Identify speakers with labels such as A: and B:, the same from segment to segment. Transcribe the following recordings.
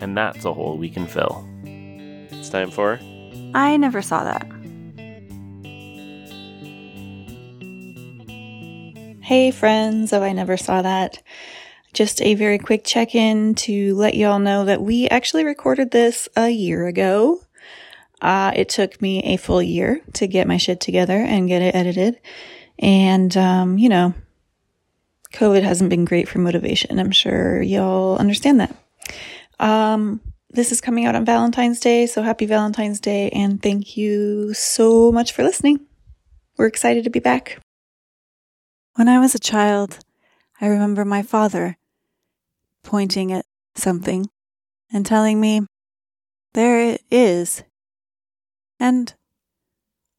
A: and that's a hole we can fill. It's time for
B: I never saw that.
C: Hey friends, oh, I never saw that. Just a very quick check in to let y'all know that we actually recorded this a year ago. Uh, it took me a full year to get my shit together and get it edited. And, um, you know, COVID hasn't been great for motivation. I'm sure y'all understand that. Um, this is coming out on Valentine's Day, so happy Valentine's Day and thank you so much for listening. We're excited to be back. When I was a child, I remember my father pointing at something and telling me, There it is. And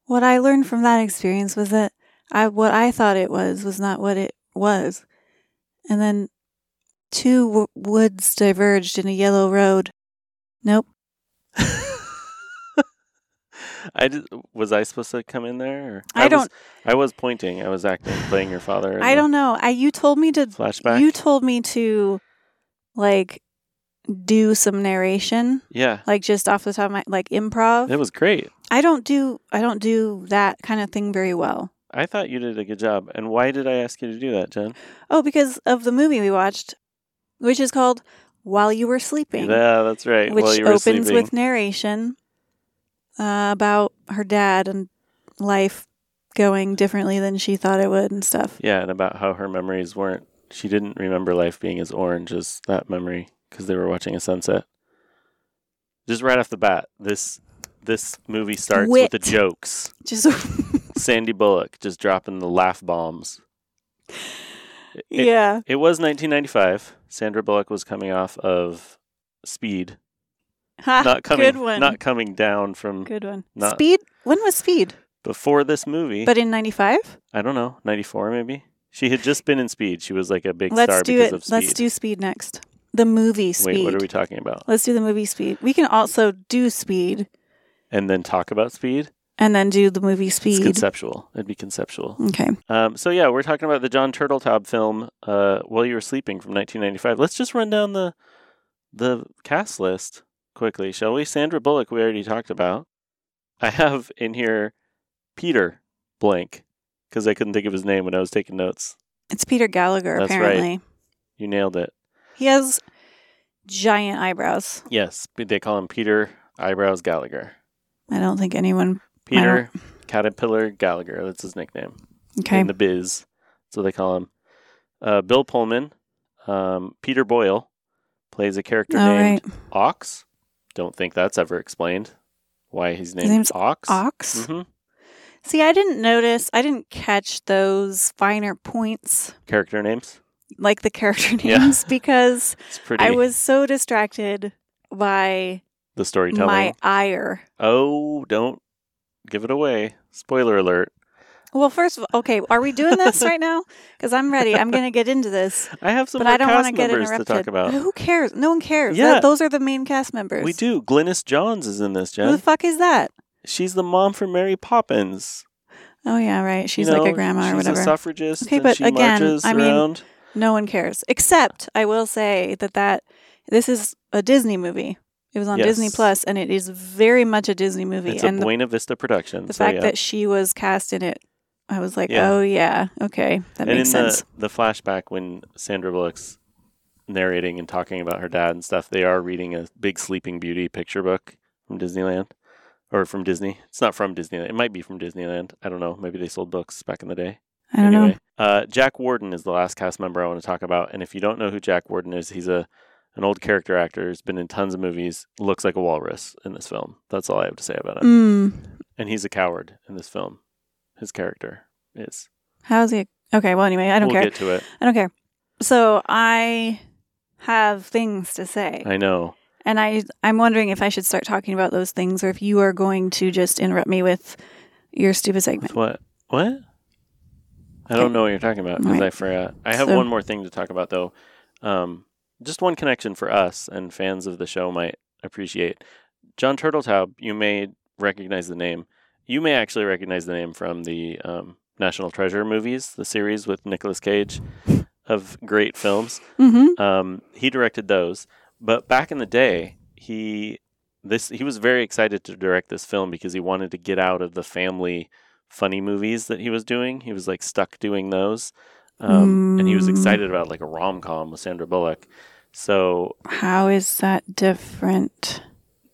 C: what I learned from that experience was that I, what I thought it was was not what it was. And then two w- woods diverged in a yellow road. Nope.
A: I did, was I supposed to come in there? Or?
C: I
A: was-
C: don't-
A: I was pointing. I was acting, playing your father. in
C: I
A: the
C: don't know. I you told me to
A: Flashback.
C: you told me to like do some narration
A: yeah,
C: like just off the top of my like improv.
A: it was great.
C: I don't do I don't do that kind of thing very well.
A: I thought you did a good job. And why did I ask you to do that, Jen?
C: Oh, because of the movie we watched, which is called While You Were Sleeping,
A: Yeah, that's right.
C: which
A: While you were
C: opens
A: sleeping.
C: with narration uh, about her dad and life going differently than she thought it would and stuff.
A: yeah, and about how her memories weren't. She didn't remember life being as orange as that memory because they were watching a sunset. Just right off the bat, this this movie starts with the
C: Wit.
A: jokes.
C: Just
A: Sandy Bullock just dropping the laugh bombs.
C: yeah,
A: It was 1995. Sandra Bullock was coming off of Speed,
C: Ha,
A: not coming,
C: Ah, good one,
A: not coming down from
C: good one.
A: not-
C: Speed. When was Speed?
A: before this movie.
C: But in '95.
A: I don't know, 94 maybe. She had just been in Speed. She was like a big
C: Let's
A: star
C: do
A: because
C: it.
A: of Speed.
C: Let's do Speed next. The movie Speed.
A: Wait, what are we talking about?
C: Let's do the movie Speed. We can also do Speed
A: And then talk about Speed?
C: and then do the movie
A: It's
C: Speed.
A: conceptual. It'd be conceptual.
C: Okay.
A: Um, so yeah, we're talking about the John Turteltaub film uh, While You Were Sleeping from 1995. Let's just run down the the cast list quickly, shall we? Sandra Bullock, we already talked about. I have in here Peter blank because I couldn't think of his name when I was taking notes.
C: It's Peter Gallagher,
A: That's right.
C: apparently.
A: You nailed it.
C: He has giant eyebrows.
A: Yes, but they call him Peter Eyebrows Gallagher.
C: I don't think anyone.
A: Peter Caterpillar Gallagher. That's his nickname
C: Okay.
A: in the biz. That's what they call him. Uh, Bill Pullman, um, Peter Boyle, plays a character
C: All
A: named
C: right.
A: Ox. Don't think that's ever explained why he's named
C: name's
A: Ox.
C: Ox.
A: hmm
C: See, I didn't notice. I didn't catch those finer points,
A: Character names.
C: like the character
A: Yeah.
C: names, because
A: It's pretty.
C: I was so distracted by
A: the storytelling.
C: my ire.
A: Oh, don't give it away. Spoiler alert.
C: Well, first of all, okay, are we doing this right now? Because I'm ready. I'm going to get into this.
A: I have some
C: but
A: more
C: I don't want
A: cast
C: to get
A: members to
C: interrupted.
A: talk about.
C: Who cares? No one cares.
A: Yeah.
C: Th- those are the main cast members.
A: We do. Glynis Johns is in this,
C: Who the
A: Jen.
C: fuck is that?
A: She's the mom from Mary Poppins.
C: Oh yeah, right. She's
A: You
C: like a
A: know,
C: grandma or
A: she's
C: whatever.
A: A suffragist.
C: Okay,
A: and
C: but
A: she
C: again,
A: marches
C: I mean-
A: around.
C: no one cares. Except I will say that that this is a Disney movie. It was on Disney
A: Yes.
C: Plus, and it is very much a Disney movie.
A: it's a
C: and the,
A: Buena Vista production.
C: the
A: so
C: fact
A: yeah.
C: that she was cast in it, I was like,
A: Yeah.
C: oh yeah, okay, that
A: and in
C: makes sense.
A: The, the flashback when Sandra Bullock's narrating and talking about her dad and stuff, they are reading a big Sleeping Beauty picture book from Disneyland or from Disney. It's not from Disneyland. It might be from Disneyland. I don't know. Maybe they sold books back in the day.
C: I don't
A: anyway,
C: know.
A: Uh, Jack Warden is the last cast member I want to talk about. And if you don't know who Jack Warden is, he's a an old character actor who's been in tons of movies. Looks like a walrus in this film. That's all I have to say about him.
C: Mm,
A: And he's a coward in this film. His character is.
C: how's he? Okay. Well, anyway, I don't
A: we'll
C: care.
A: get to it.
C: I don't care. So I have things to say,
A: I know.
C: And I, I'm wondering if I should start talking about those things or if you are going to just interrupt me with your stupid segment.
A: What? What? I don't
C: Okay.
A: know what you're talking about because
C: Alright.
A: I forgot. I have
C: So-
A: one more thing to talk about though. Um, just one connection for us and fans of the show might appreciate. John Turteltaub, you may recognize the name. You may actually recognize the name from the um, National Treasure movies, the series with Nicolas Cage of great films.
C: Mm-hmm.
A: Um, he directed those, but back in the day, he this he was very excited to direct this film because he wanted to get out of the family funny movies that he was doing. He was like stuck doing those, um, and he was
C: Mm.
A: excited about like a rom com with Sandra Bullock. So
C: How is that different?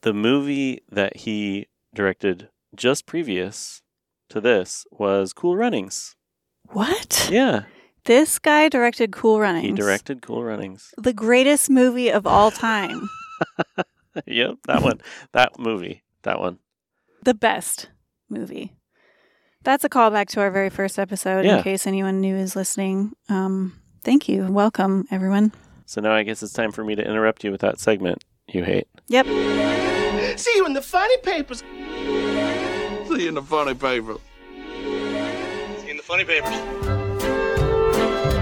A: the movie that he directed just previous to this was Cool Runnings.
C: What?
A: Yeah,
C: This guy directed Cool Runnings.
A: he directed Cool Runnings.
C: the greatest movie of all time.
A: yep, that one, that movie, that one.
C: the best movie. That's a callback to our very first episode
A: Yeah.
C: in case anyone new is listening. Um, thank you. Welcome, everyone.
A: So now I guess it's time for me to interrupt you with that segment you hate.
C: Yep.
D: See you in the funny papers.
E: See you in the funny paper.
F: in the funny papers.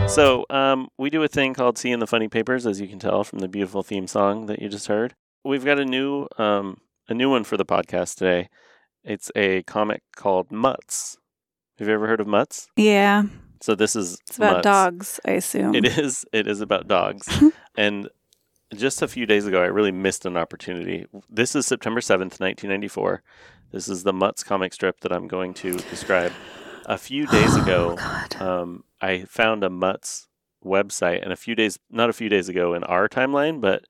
A: So um, we do a thing called Seeing the Funny Papers, as you can tell from the beautiful theme song that you just heard. We've got a new um, a new one for the podcast today. It's a comic called Mutts. Have you ever heard of Mutts?
C: Yeah.
A: So this is
C: It's about
A: Mutts.
C: dogs, I assume.
A: It is. It is about dogs. and just a few days ago, I really missed an opportunity. This is September seventh, nineteen ninety four. This is the Mutz comic strip that I'm going to describe. A few days ago, um, I found a Mutz website, and a few days, not a few days ago in our timeline, but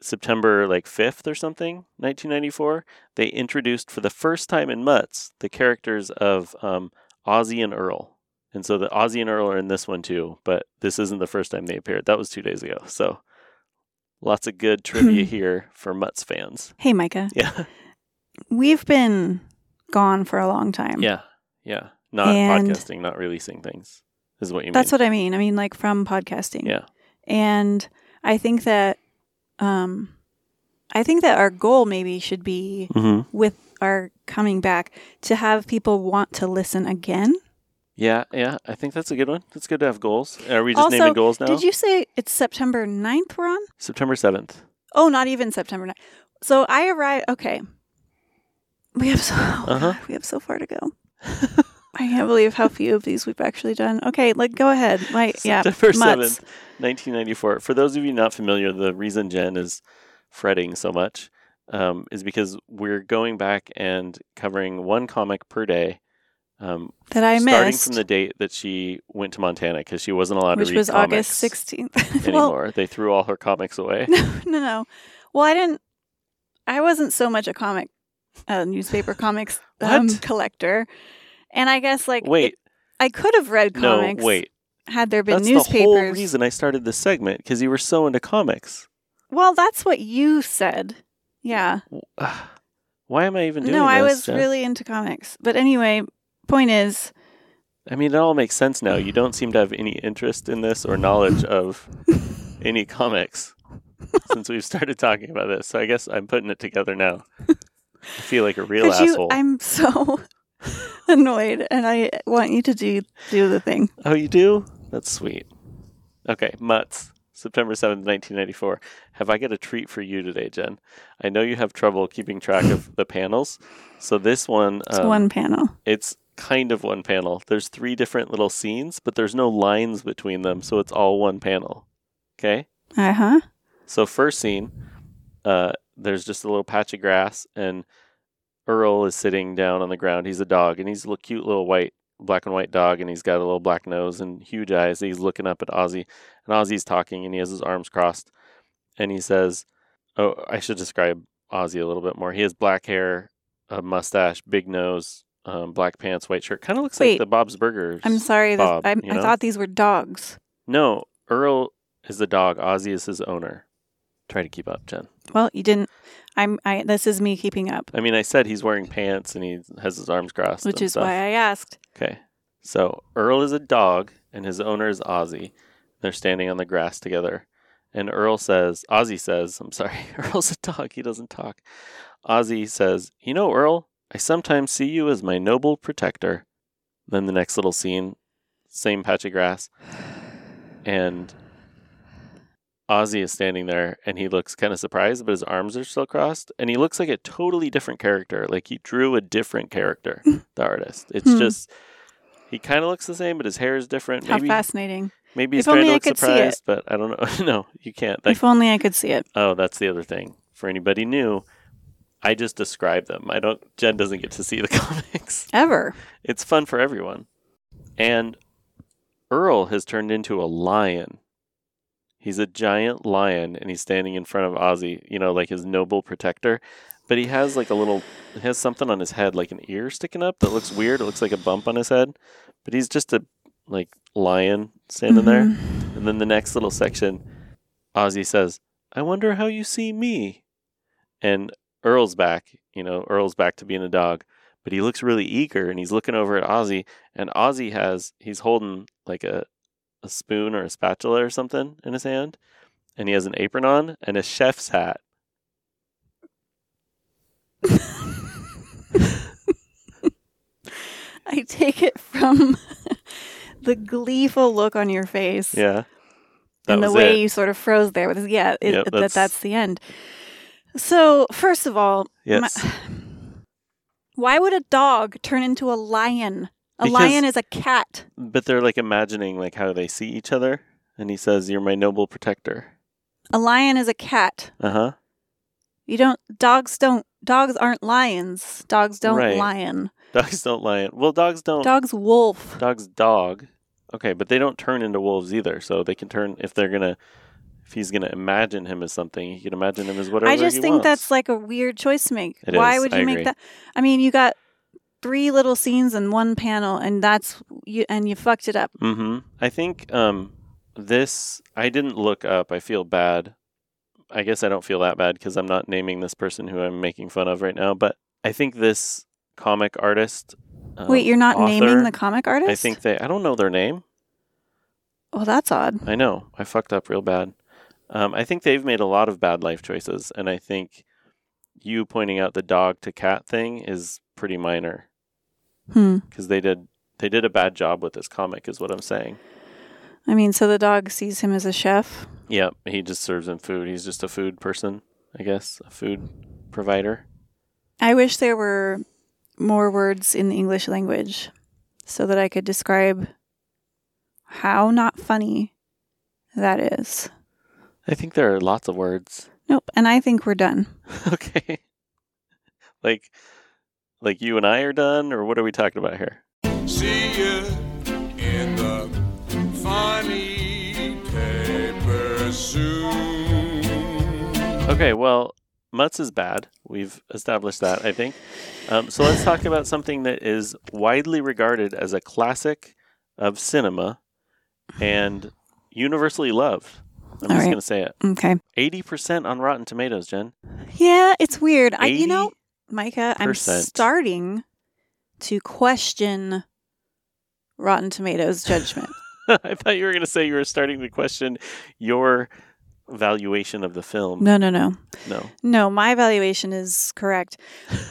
A: September like 5th or something, 1994, they introduced for the first time in Mutz the characters of um, Ozzy and Earl. And so the Ozzy and Earl are in this one too, but this isn't the first time they appeared. That was two days ago. So lots of good
C: Hmm.
A: trivia here for Mutz fans.
C: Hey, Micah.
A: Yeah.
C: We've been gone for a long time.
A: Yeah. Yeah. Not
C: And-
A: podcasting, not releasing things is what you mean.
C: That's what I mean. I mean, like from podcasting.
A: Yeah.
C: And I think that, um, I think that our goal maybe should be
A: Mm-hmm.
C: with our coming back to have people want to listen again.
A: Yeah. Yeah. I think that's a good one. It's good to have goals. Are we just
C: Also,
A: naming goals now?
C: Did you say it's September 9th we're on?
A: September 7th.
C: Oh, not even September 9th. So I arrived. Okay. We have so oh
A: Uh-huh.
C: God, we have so far to go. I can't believe how few of these we've actually done. Okay, like go ahead. Like yeah,
A: September
C: mutts.
A: 7th, 1994. For those of you not familiar, the reason Jen is fretting so much um, is because we're going back and covering one comic per day. Um,
C: that I
A: starting
C: missed,
A: from the date that she went to Montana because she wasn't allowed
C: which
A: to read
C: was
A: comics
C: August 16th. well,
A: anymore. they threw all her comics away.
C: no, no, no. Well, I didn't. I wasn't so much a comic, uh, newspaper comics um,
A: What?
C: collector, and I guess like it-
A: wait,
C: I could have read
A: no,
C: comics.
A: wait.
C: had there been
A: That's the whole
C: newspapers.
A: reason I started this segment because you were so into comics.
C: Well, that's what you said. Yeah.
A: Why am I even doing
C: no,
A: this?
C: I was
A: Jen?
C: really into comics. But anyway, point is,
A: I mean, it all makes sense now. You don't seem to have any interest in this or knowledge of any comics since we've started talking about this. So I guess I'm putting it together now. I feel like a real
C: could you,
A: asshole.
C: I'm so annoyed and I want you to do do the thing.
A: Oh, you do? That's sweet. Okay, Mutz, September 7th, 1994. Have I got a treat for you today, Jen? I know you have trouble keeping track of the panels. So this one,
C: It's
A: um,
C: one panel.
A: it's kind of one panel. There's three different little scenes, but there's no lines between them. So it's all one panel. Okay?
C: Uh-huh.
A: So first scene, uh, there's just a little patch of grass, and Earl is sitting down on the ground. He's a dog, and he's a little, cute little white, black and white dog, and he's got a little black nose and huge eyes. He's looking up at Ozzy, and Ozzy's talking, and he has his arms crossed, and he says, "Oh, I should describe Ozzy a little bit more. He has black hair, a mustache, big nose." Um, black pants, white shirt. Kind of looks like
C: Wait.
A: the Bob's Burgers.
C: I'm sorry. This,
A: Bob,
C: I,
A: you
C: I
A: know?
C: thought these were dogs.
A: No, Earl is the dog. Ozzy is his owner. Try to keep up, Jen.
C: Well, you didn't. I'm. I. This is me keeping up,
A: I mean, I said he's wearing pants and he has his arms crossed,
C: which
A: and
C: is
A: stuff.
C: why I asked.
A: Okay, so Earl is a dog and his owner is Ozzy. They're standing on the grass together, And Earl says, Ozzy says, I'm sorry, Earl's a dog. He doesn't talk. Ozzy says, You know, Earl, I sometimes see you as my noble protector. Then the next little scene, same patch of grass. And Ozzy is standing there and he looks kind of surprised, but his arms are still crossed. And he looks like a totally different character. Like he drew a different character, the artist. It's
C: Hmm.
A: just, he kind of looks the same, but his hair is different.
C: How
A: maybe
C: fascinating.
A: maybe he's
C: If only
A: trying to
C: I
A: look
C: could see it.
A: surprised, but I don't know. no, you can't. That
C: if only I could see it.
A: Oh, that's the other thing. For anybody new, I just describe them. I don't. Jen doesn't get to see the comics.
C: Ever.
A: It's fun for everyone. And Earl has turned into a lion. He's a giant lion, and he's standing in front of Ozzy. You know, like his noble protector. But he has like a little. He has something on his head, like an ear sticking up that looks weird. It looks like a bump on his head. But he's just a like lion standing
C: Mm-hmm.
A: there. And then the next little section, Ozzy says, I wonder how you see me. And Earl's back, you know, Earl's back to being a dog, but he looks really eager and he's looking over at Ozzy. And Ozzy has, he's holding like a, a spoon or a spatula or something in his hand. And he has an apron on and a chef's hat.
C: I take it from the gleeful look on your face
A: Yeah. That
C: and the
A: was
C: way
A: it.
C: you sort of froze there. With, yeah, it,
A: Yep,
C: that
A: that's-
C: that's the end. So, first of all, my-
A: yes.
C: why would a dog turn into a lion? A
A: Because-
C: lion is a cat.
A: But they're like imagining like how they see each other. And he says, You're my noble protector.
C: A lion is a cat.
A: Uh huh.
C: You don't dogs don't dogs aren't lions. Dogs don't
A: Right.
C: lion.
A: Dogs don't lion. Well, dogs don't.
C: Dogs wolf.
A: Dog's dog. Okay, but they don't turn into wolves either. So they can turn if they're gonna if he's gonna imagine him as something, he can imagine him as whatever.
C: I just
A: he
C: think
A: wants.
C: that's like a weird choice to make.
A: It
C: Why
A: is.
C: would
A: I
C: you make
A: agree.
C: that? I mean, you got three little scenes in one panel, and that's you and you fucked it up.
A: Mm-hmm. I think um this I didn't look up. I feel bad. I guess I don't feel that bad because I'm not naming this person who I'm making fun of right now. But I think this comic artist. um,
C: Wait, you're not naming
A: author,
C: the comic artist?
A: I think they. I don't know their name.
C: Well, that's odd.
A: I know. I fucked up real bad. Um, I think they've made a lot of bad life choices, and I think you pointing out the dog to cat thing is pretty minor
C: Hmm.
A: because they did they did a bad job with this comic, is what I'm saying.
C: I mean, so the dog sees him as a chef.
A: Yep, he just serves him food. He's just a food person, I guess, a food provider.
C: I wish there were more words in the English language so that I could describe how not funny that is.
A: I think there are lots of words.
C: Nope. And I think we're done.
A: okay, like like you and I are done, or what are we talking about here?
G: See you in the funny paper soon.
A: Okay, well, Mutz is bad. We've established that, I think. Um, so let's talk about something that is widely regarded as a classic of cinema and universally loved. I'm
C: All
A: just
C: right.
A: going to say it.
C: Okay.
A: 80% on Rotten Tomatoes, Jen.
C: Yeah, it's weird. I, you know, Micah, I'm
A: 80%.
C: starting to question Rotten Tomatoes judgment.
A: I thought you were going to say you were starting to question your valuation of the film.
C: no, no, no.
A: No.
C: No, my valuation is correct.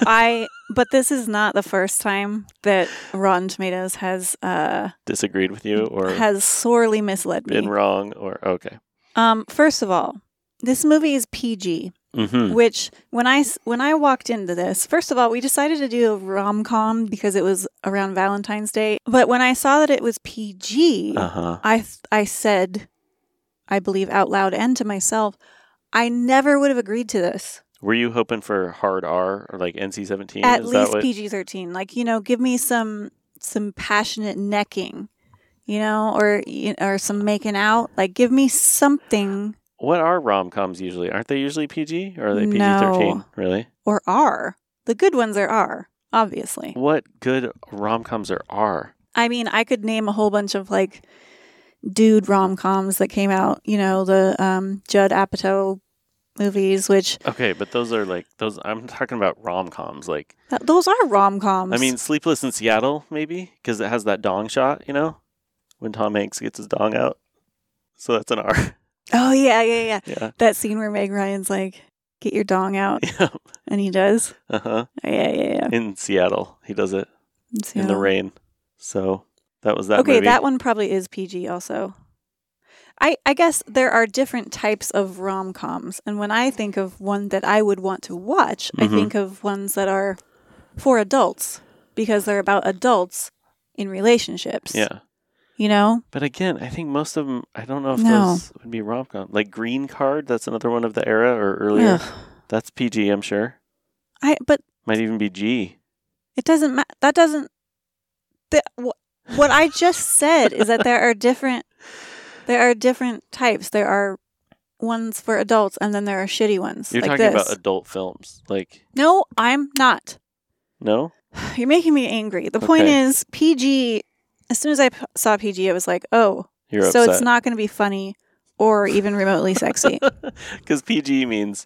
C: I but this is not the first time that Rotten Tomatoes has uh
A: Disagreed with you or
C: has sorely misled me.
A: been wrong or okay.
C: Um first of all, this movie is PG,
A: Mm-hmm.
C: which when I s- when I walked into this, first of all, we decided to do a rom-com because it was around Valentine's Day, but when I saw that it was PG,
A: Uh huh.
C: I th- I said I believe out loud and to myself, I never would have agreed to this.
A: Were you hoping for hard R or like NC 17?
C: at
A: is
C: least
A: that what?
C: PG thirteen. Like you know, give me some some passionate necking, you know, or you- or some making out. Like give me something
A: What are rom coms usually? Aren't they usually PG or are they PG thirteen?
C: No.
A: Really?
C: or R. The good ones are R, obviously.
A: What good rom coms are R?
C: I mean, I could name a whole bunch of like dude rom coms that came out. You know, the um, Judd Apatow movies, which
A: Okay, but those are like those. I'm talking about rom coms. Like
C: th- uh, those are rom coms.
A: I mean, Sleepless in Seattle maybe because it has that dong shot. You know, when Tom Hanks gets his dong out. So that's an R.
C: Oh yeah, yeah, yeah.
A: Yeah.
C: That scene where Meg Ryan's like, "Get your dong out,"
A: Yeah.
C: and he does.
A: Uh huh.
C: Oh, yeah, yeah, yeah.
A: In Seattle, he does it
C: It's,
A: in the
C: yeah.
A: rain. So that was that
C: okay,
A: movie.
C: that one probably is PG. Also, I I guess there are different types of rom coms, and when I think of one that I would want to watch, I
A: Mhm.
C: think of ones that are for adults because they're about adults in relationships.
A: Yeah.
C: you know.
A: But again, I think most of them, I don't know if
C: No.
A: those would be rom com. Like Green Card, that's another one of the era or earlier.
C: Ugh.
A: That's PG, I'm sure.
C: I but
A: Might even be G.
C: It doesn't matter. That doesn't. The, wh- what I just said is that there are different. There are different types. There are ones for adults, and then there are shitty ones.
A: You're
C: like
A: talking
C: this.
A: about adult films. Like,
C: no, I'm not.
A: no?
C: You're making me angry. The point
A: Okay.
C: is, PG. As soon as I p- saw PG, I was like, oh,
A: You're
C: so
A: upset.
C: it's not going to be funny or even remotely sexy.
A: Because PG means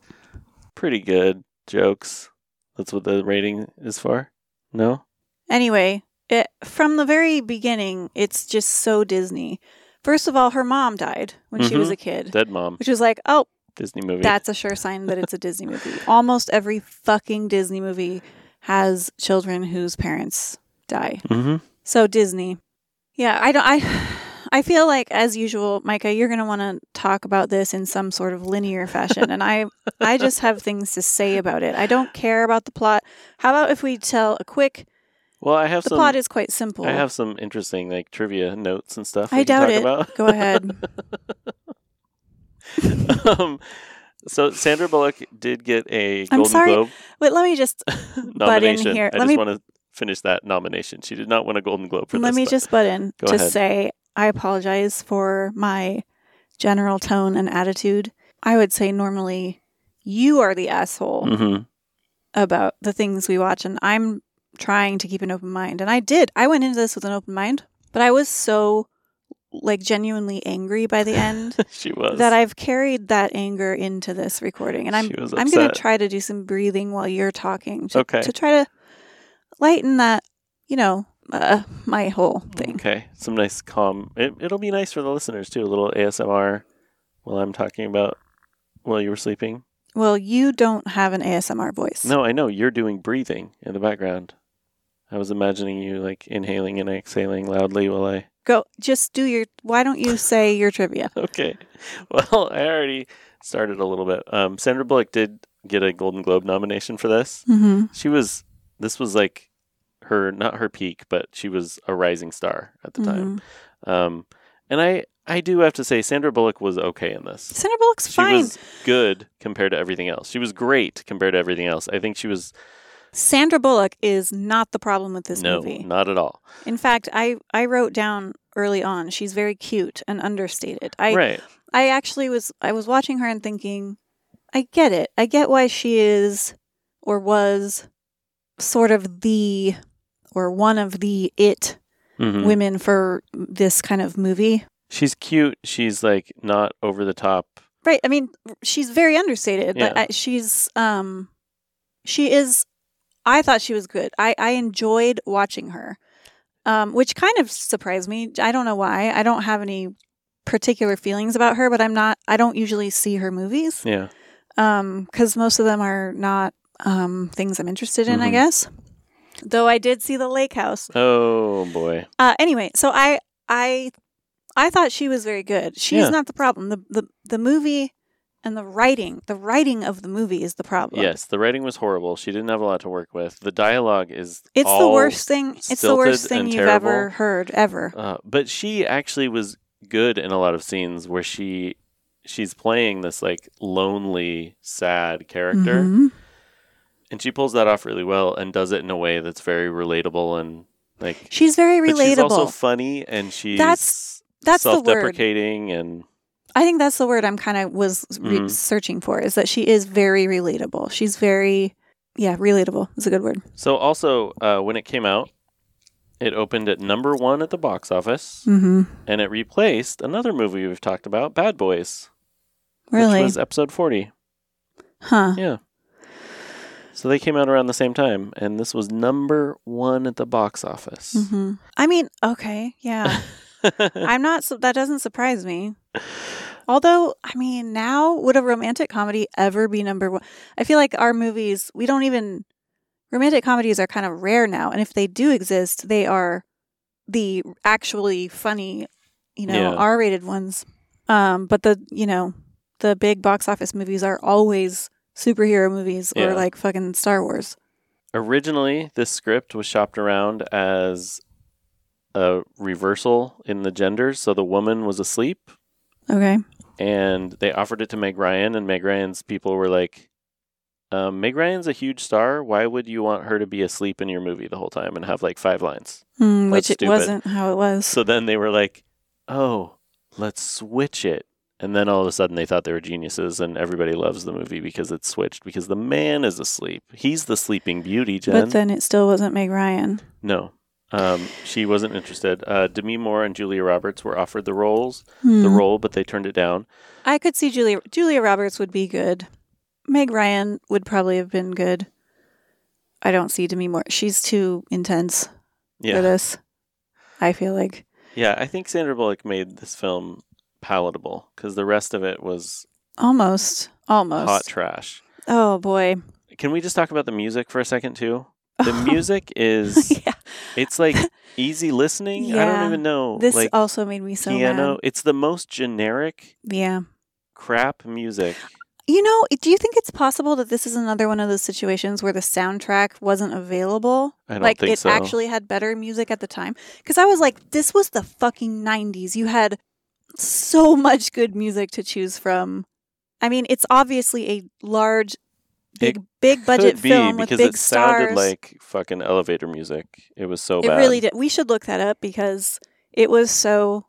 A: pretty good jokes. That's what the rating is for. No?
C: Anyway, it, from the very beginning, it's just so Disney. First of all, her mom died when she was
A: Mhm.
C: a kid,
A: Dead Mom,
C: which was like, oh,
A: Disney movie.
C: That's a sure sign that it's a Disney movie. Almost every fucking Disney movie has children whose parents die.
A: hmm
C: So Disney. Yeah, I don't I I feel like as usual, Micah, you're going to want to talk about this in some sort of linear fashion and I I just have things to say about it. I don't care about the plot. How about if we tell a quick
A: Well, I have
C: The
A: some.
C: plot is quite simple.
A: I have some interesting like trivia notes and stuff.
C: I
A: we can
C: doubt
A: talk
C: it.
A: About.
C: Go ahead.
A: um, so Sandra Bullock did get a
C: I'm
A: Golden
C: sorry,
A: Globe
C: Wait, let me just
A: nomination.
C: here.
A: I
C: Let
A: just
C: me-
A: want to finish that nomination. She did not win a Golden Globe for
C: Let
A: this.
C: me
A: but-
C: just butt in
A: Go
C: to
A: ahead.
C: say I apologize for my general tone and attitude. I would say normally you are the asshole
A: Mhm.
C: about the things we watch, and I'm trying to keep an open mind. And I did. I went into this with an open mind, but I was so like genuinely angry by the end
A: she was.
C: that I've carried that anger into this recording. And I'm
A: She was
C: I'm going
A: upset.
C: to try to do some breathing while you're talking to,
A: Okay.
C: to try to lighten that, you know, uh, my whole thing.
A: Okay, some nice calm. It, it'll be nice for the listeners too. A little ASMR while I'm talking about while you were sleeping.
C: Well, you don't have an ASMR voice.
A: No, I know you're doing breathing in the background. I was imagining you like inhaling and exhaling loudly while I.
C: Go just do your why don't you say your trivia?
A: Okay. Well, I already started a little bit. Um, Sandra Bullock did get a Golden Globe nomination for this.
C: Mm-hmm.
A: She was, this was like her, not her peak, but she was a rising star at the
C: Mm-hmm.
A: time. Um, and I, I do have to say, Sandra Bullock was okay in this.
C: Sandra Bullock's
A: She
C: fine.
A: was good compared to everything else. She was great compared to everything else. I think she was,
C: Sandra Bullock is not the problem with this
A: no,
C: movie.
A: not at all.
C: In fact, I I wrote down early on she's very cute and understated. I
A: right.
C: I actually was I was watching her and thinking, I get it. I get why she is or was sort of the or one of the it
A: Mhm.
C: women for this kind of movie.
A: She's cute. She's like not over the top.
C: Right. I mean, she's very understated. But
A: Yeah.
C: I, she's um, she is. I thought she was good. I I enjoyed watching her, um, which kind of surprised me. I don't know why. I don't have any particular feelings about her, but I'm not. I don't usually see her movies
A: Yeah.
C: um, because most of them are not um things I'm interested in. I
A: Mhm.
C: guess. Though I did see the Lake House.
A: Oh boy.
C: Uh, anyway, so I I I thought she was very good. She's
A: Yeah.
C: not the problem. The, the the movie and the writing, the writing of the movie is the problem.
A: Yes, the writing was horrible. She didn't have a lot to work with. The dialogue is
C: It's the
A: all-
C: worst thing. It's the worst
A: stilted
C: thing
A: and
C: you've ever
A: terrible.
C: heard ever.
A: Uh, but she actually was good in a lot of scenes where she she's playing this like lonely, sad character,
C: Mhm.
A: and she pulls that off really well and does it in a way that's very relatable and like
C: She's very
A: but she's
C: relatable.
A: also funny and she's
C: That's- that's the word.
A: self-deprecating and
C: I think that's the word I'm kind of was re-
A: Mhm.
C: searching for is that she is very relatable. She's very yeah, relatable is a good word.
A: So also, uh, when it came out, it opened at number one at the box office,
C: Mm-hmm.
A: and it replaced another movie we've talked about, Bad Boys,
C: Really,
A: which was episode forty.
C: huh?
A: Yeah. So they came out around the same time, and this was number one at the box office.
C: hmm I mean, okay, yeah. I'm not. su- That doesn't surprise me. Although, I mean, now would a romantic comedy ever be number one? I feel like our movies, we don't even. Romantic comedies are kind of rare now. And if they do exist, they are the actually funny, you know,
A: Yeah.
C: R rated ones. Um, but the, you know, the big box office movies are always superhero movies
A: Yeah.
C: or like fucking Star Wars.
A: Originally, this script was shopped around as a reversal in the genders. So the woman was asleep,
C: Okay.
A: and they offered it to Meg Ryan, and Meg Ryan's people were like, um, Meg Ryan's a huge star. Why would you want her to be asleep in your movie the whole time and have like five lines?
C: Hmm, which
A: That's
C: it
A: stupid.
C: wasn't how it was.
A: So then they were like, oh, let's switch it. And then all of a sudden they thought they were geniuses, and everybody loves the movie because it's switched because the man is asleep. He's the sleeping beauty, Jen.
C: but then it still wasn't Meg Ryan.
A: No. Um, she wasn't interested. Uh, Demi Moore and Julia Roberts were offered the roles, the
C: Hmm.
A: role, but they turned it down.
C: I could see Julia Julia Roberts would be good. Meg Ryan would probably have been good. I don't see Demi Moore. She's too intense for
A: Yeah,
C: this. I feel like
A: yeah. I think Sandra Bullock made this film palatable because the rest of it was
C: almost, almost.
A: hot trash.
C: oh boy,
A: Can we just talk about the music for a second too? The
C: Oh
A: music is
C: yeah,
A: it's like easy listening. I don't
C: Yeah.
A: even know.
C: this
A: like
C: also made me so
A: piano.
C: mad.
A: It's the most generic
C: Yeah,
A: crap music.
C: you know, do you think it's possible that this is another one of those situations where the soundtrack wasn't available?
A: I don't
C: like
A: think
C: it
A: so.
C: actually had better music at the time because i was like this was the fucking 90s you had so much good music to choose from i mean it's obviously a large big
A: It
C: big budget
A: Could be
C: film with
A: because
C: big
A: it
C: stars
A: sounded like fucking elevator music. It was so
C: it
A: bad.
C: really did we should look that up because it was so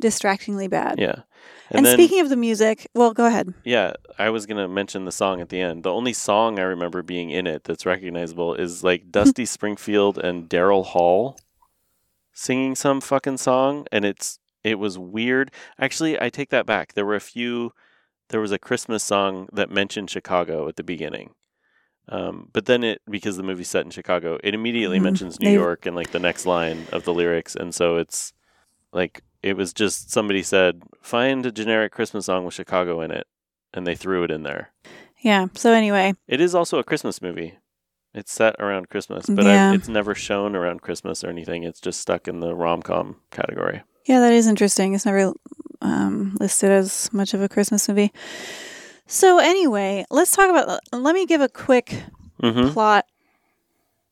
C: distractingly bad
A: Yeah.
C: and,
A: then,
C: speaking of the music well go ahead
A: yeah, I was gonna mention the song at the end. The only song I remember being in it that's recognizable is
C: Mm-hmm.
A: like Dusty Springfield and Daryl Hall singing some fucking song, and it's it was weird. Actually, I take that back. There were a few. There was a Christmas song that mentioned Chicago at the beginning. Um, but then it because the movie's set in Chicago, it immediately
C: Mhm.
A: mentions New
C: They-
A: York and like the next line of the lyrics, and so it's like it was just somebody said find a generic Christmas song with Chicago in it, and they threw it in there.
C: yeah so anyway
A: It is also a Christmas movie. It's set around Christmas, but
C: Yeah.
A: I, it's never shown around Christmas or anything. It's just stuck in the rom com category.
C: Yeah, that is interesting. It's never um, listed as much of a Christmas movie. So, anyway, let's talk about. Let me give a quick
A: Mm-hmm.
C: plot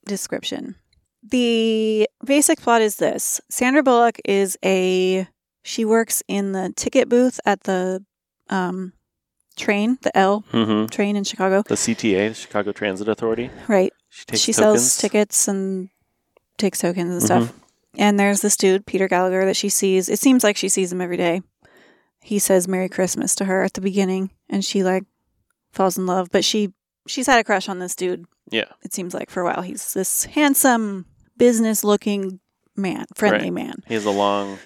C: description. The basic plot is this Sandra Bullock is a. She works in the ticket booth at the um, train, the L
A: Mm-hmm.
C: train in Chicago.
A: The CTA, the Chicago Transit Authority.
C: Right.
A: She takes
C: she
A: tokens. Mm-hmm.
C: sells tickets and takes tokens and stuff. And there's this dude, Peter Gallagher, that she sees. It seems like she sees him every day. He says Merry Christmas to her at the beginning and she like falls in love, but she she's had a crush on this dude.
A: Yeah.
C: It seems like for a while. He's this handsome, business-looking man, friendly
A: Right.
C: man.
A: He has a long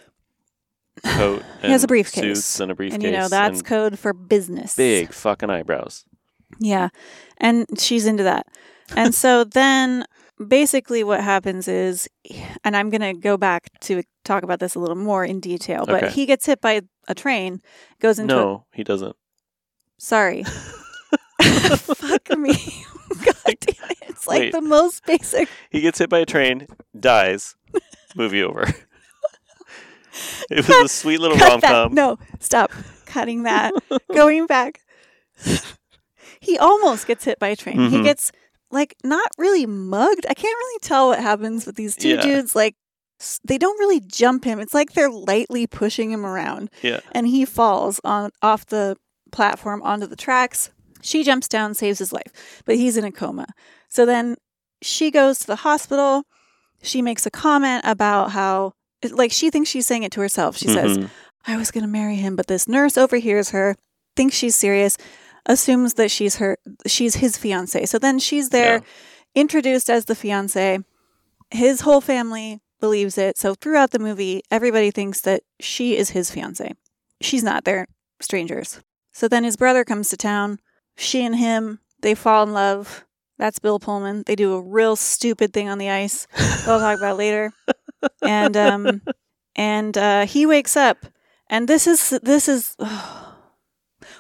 A: coat. And
C: He has a briefcase.
A: Suits and a briefcase.
C: and you know, that's
A: and
C: code for business.
A: big fucking eyebrows.
C: Yeah. And she's into that. And so then basically what happens is and I'm going to go back to talk about this a little more in detail, but
A: Okay.
C: he gets hit by a train, goes into a,
A: No, he doesn't.
C: sorry. Fuck me. God damn it. It's like
A: Wait.
C: the most basic.
A: He gets hit by a train, dies. Movie over. it was a sweet little rom
C: Cut that.
A: com.
C: No, stop cutting that. Going back. he almost gets hit by a train. He
A: Mhm.
C: gets like not really mugged. I can't really tell what happens with these two
A: Yeah.
C: dudes like s- they don't really jump him. It's like they're lightly pushing him around.
A: Yeah.
C: And he falls on off the platform onto the tracks. She jumps down, saves his life, but he's in a coma. So then she goes to the hospital. She makes a comment about how like she thinks she's saying it to herself. She says,
A: Mhm.
C: I was going to marry him, but this nurse overhears her, thinks she's serious, assumes that she's her she's his fiance. So then she's there
A: Yeah.
C: introduced as the fiance. His whole family believes it. So throughout the movie, everybody thinks that she is his fiance. She's not. They're strangers. So then his brother comes to town. She and him, they fall in love. That's Bill Pullman. They do a real stupid thing on the ice. that I'll talk about later. And um and uh, he wakes up And this is this is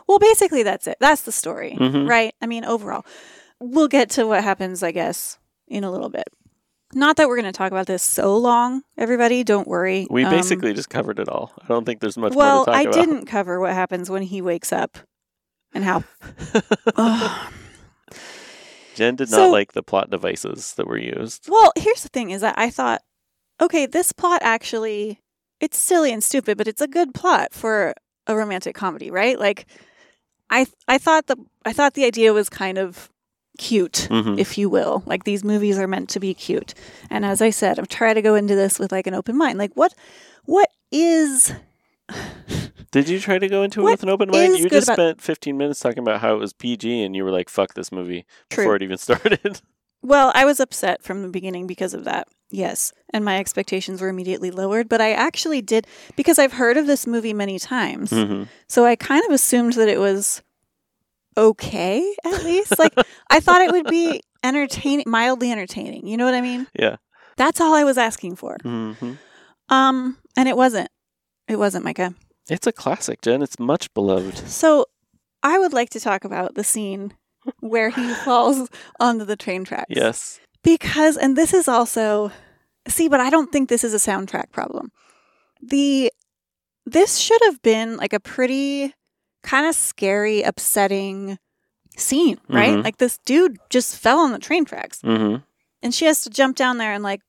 C: well, basically that's it. That's the story,
A: Mhm.
C: right? I mean, overall, we'll get to what happens, I guess, in a little bit. Not that we're going to talk about this so long, everybody. Don't worry.
A: We
C: Um,
A: basically just covered it all. I don't think there's much
C: well,
A: more to talk
C: I
A: about.
C: didn't cover what happens when he wakes up and how. Ugh.
A: Jen did
C: So-
A: not like the plot devices that were used.
C: Well, here's the thing: is that I thought, okay, this plot actually it's silly and stupid, but it's a good plot for a romantic comedy, right? Like, I I thought the I thought the idea was kind of cute.
A: hmm
C: if you will. Like these movies are meant to be cute. And as I said, I'm trying to go into this with like an open mind. Like what what is
A: Did you try to go into it
C: What
A: with an open mind?
C: is
A: You
C: good
A: just
C: about-
A: spent 15 minutes talking about how it was PG and you were like, fuck this movie
C: true?
A: before it even started.
C: Well, I was upset from the beginning because of that. Yes. And my expectations were immediately lowered, but I actually did because I've heard of this movie many times.
A: hmm
C: So I kind of assumed that it was okay at least. like I thought it would be entertaining, mildly entertaining. You know what I mean?
A: Yeah.
C: That's all I was asking for.
A: hmm
C: Um and it wasn't. It wasn't, Micah.
A: It's a classic, Jen. It's much beloved.
C: So I would like to talk about the scene where he falls onto the train tracks.
A: Yes.
C: Because, and this is also, see, but I don't think this is a soundtrack problem. The, this should have been like a pretty kind of scary, upsetting scene, right?
A: Mhm.
C: Like this dude just fell on the train tracks
A: hmm
C: and she has to jump down there and like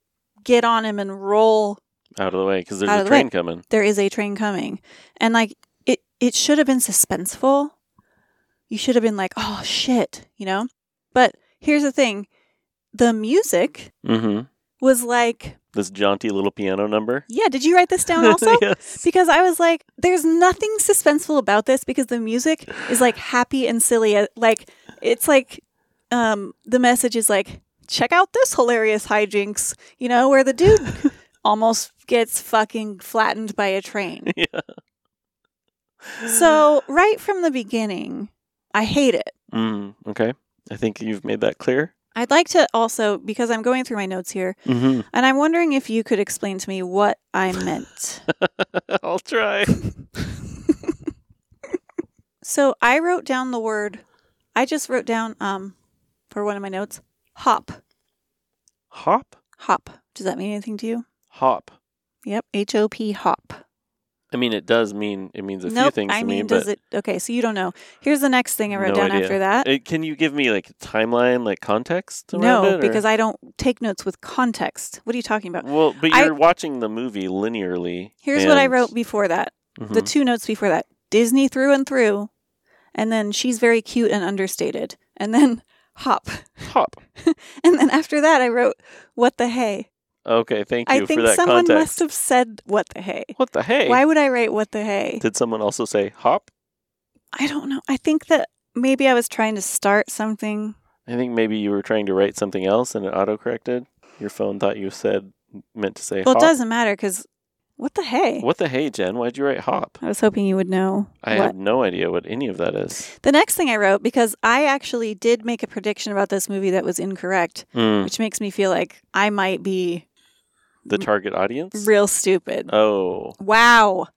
C: get on him and roll
A: Out of the way because there's
C: Out
A: a
C: of the
A: train
C: way.
A: coming.
C: there is a train coming and like it it should have been suspenseful you should have been like oh shit you know but here's the thing the music
A: hmm
C: was like
A: This jaunty little piano number.
C: yeah did you write this down also
A: yes.
C: because i was like there's nothing suspenseful about this because the music is like happy and silly uh, like it's like um the message is like check out this hilarious hijinks you know where the dude almost gets fucking flattened by a train
A: yeah.
C: So, right from the beginning, I hate it.
A: Mm, okay. I think you've made that clear.
C: I'd like to also, because I'm going through my notes here,
A: hmm
C: and I'm wondering if you could explain to me what I meant.
A: I'll try.
C: so, I wrote down the word, I just wrote down um, for one of my notes, hop.
A: Hop,
C: Hop. Does that mean anything to you?
A: hop.
C: Yep. H O P hop.
A: I mean, it does mean it means a few
C: Nope.
A: things
C: I
A: to
C: mean,
A: me,
C: does
A: but
C: it? Okay. So, you don't know. Here's the next thing I wrote
A: No
C: down
A: idea.
C: after that.
A: it- can you give me like timeline, like context? Around
C: no,
A: it,
C: because I don't take notes with context. What are you talking about?
A: well, but
C: I-
A: you're watching the movie linearly.
C: Here's what I
A: and-
C: wrote before that. the
A: Mhm.
C: two notes before that Disney through and through, and then she's very cute and understated, and then hop.
A: hop.
C: And then after that, I wrote, What the hey?
A: Okay, thank you
C: I
A: for
C: think
A: that
C: someone
A: context.
C: must have said, What the hey?
A: What the hey?
C: Why would I write What the hey?
A: Did someone also say hop?
C: I don't know. I think that maybe I was trying to start something.
A: I think maybe you were trying to write something else and it autocorrected. Your phone thought you said meant to say
C: Well,
A: hop.
C: it doesn't matter because What the hey?
A: What the hey, Jen? Why'd you write hop?
C: I was hoping you would know.
A: I
C: what.
A: have no idea what any of that is.
C: The next thing I wrote, because I actually did make a prediction about this movie that was incorrect,
A: Mm,
C: which makes me feel like I might be
A: the
C: Mm.
A: target audience?
C: real stupid.
A: Oh,
C: Wow.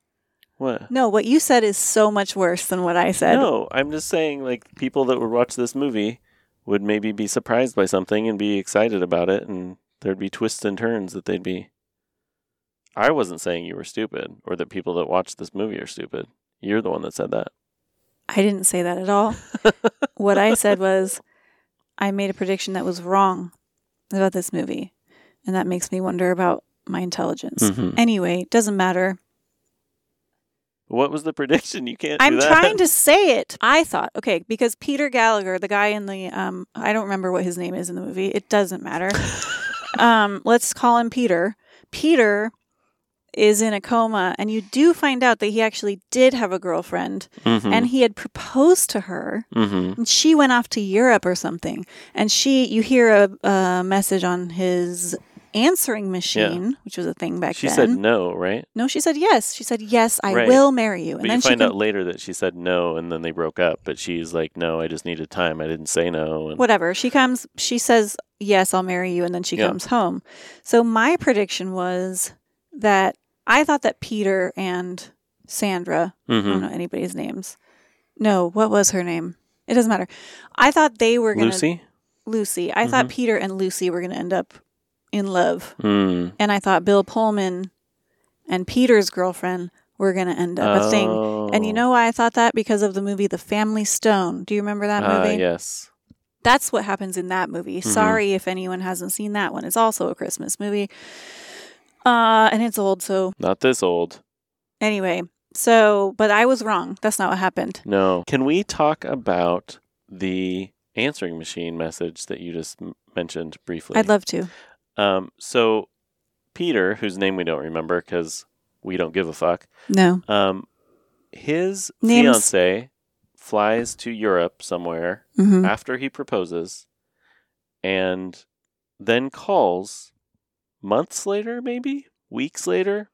A: what?
C: No, what you said is so much worse than what I said.
A: No, I'm just saying, like, people that would watch this movie would maybe be surprised by something and be excited about it, and there'd be twists and turns that they'd be. I wasn't saying you were stupid or that people that watch this movie are stupid. You're the one that said that.
C: I didn't say that at all. what I said was I made a prediction that was wrong about this movie. And that makes me wonder about my intelligence.
A: Mhm.
C: Anyway, doesn't matter.
A: What was the prediction? You can't. do
C: I'm
A: that.
C: trying to say it. I thought, okay, because Peter Gallagher, the guy in the um I don't remember what his name is in the movie. It doesn't matter. um let's call him Peter. Peter is in a coma and you do find out that he actually did have a girlfriend
A: Mhm.
C: and he had proposed to her
A: Mhm.
C: and she went off to europe or something and she you hear a, a message on his answering machine which was a thing back
A: She
C: then
A: said no, right?
C: no she said yes she said yes i
A: Right.
C: will marry you and
A: but
C: then
A: you
C: she
A: find
C: con-
A: out later that she said no, and then they broke up. But she's like, "No, I just needed time. I didn't say no." And
C: whatever she comes she says yes i'll marry you and then she
A: Yeah.
C: comes home so my prediction was that i thought that peter and Sandra. I don't
A: Mm-hmm.
C: know anybody's names. No, what was her name? It doesn't matter. I thought they were gonna
A: Lucy.
C: Lucy. I thought
A: Mm-hmm.
C: Peter and Lucy were gonna end up in love,
A: Mm.
C: and I thought Bill Pullman and Peter's girlfriend were gonna end up a thing. And you
A: Oh.
C: know why I thought that? Because of the movie The Family Stone. Do you remember that
A: Ah, Mm-hmm.
C: movie?
A: yes.
C: That's what happens in that movie. Sorry if anyone hasn't seen that one. It's also a Christmas movie. Uh, and it's old, so
A: Not this old.
C: anyway. So, but I was wrong. That's not what happened.
A: No. Can we talk about the answering machine message that you just m- mentioned briefly?
C: I'd love to.
A: Um, so Peter, whose name we don't remember because we don't give a fuck,
C: No.
A: um, his
C: Names-
A: fiance flies to Europe somewhere
C: Mm-hmm.
A: after he proposes, and then calls months later, maybe weeks later,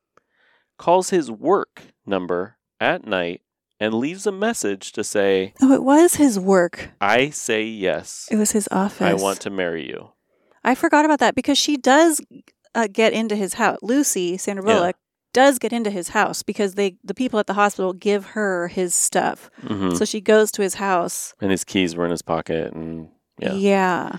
A: calls his work number at night and leaves a message to say,
C: Oh, it was his work.
A: "I say yes,
C: It was his office.
A: I want to marry you."
C: I forgot about that because she does uh, get into his house. Lucy Sandra
A: Yeah.
C: Bullock does get into his house because they the people at the hospital give her his stuff.
A: Mhm.
C: So she goes to his house.
A: And his keys were in his pocket, and yeah.
C: Yeah.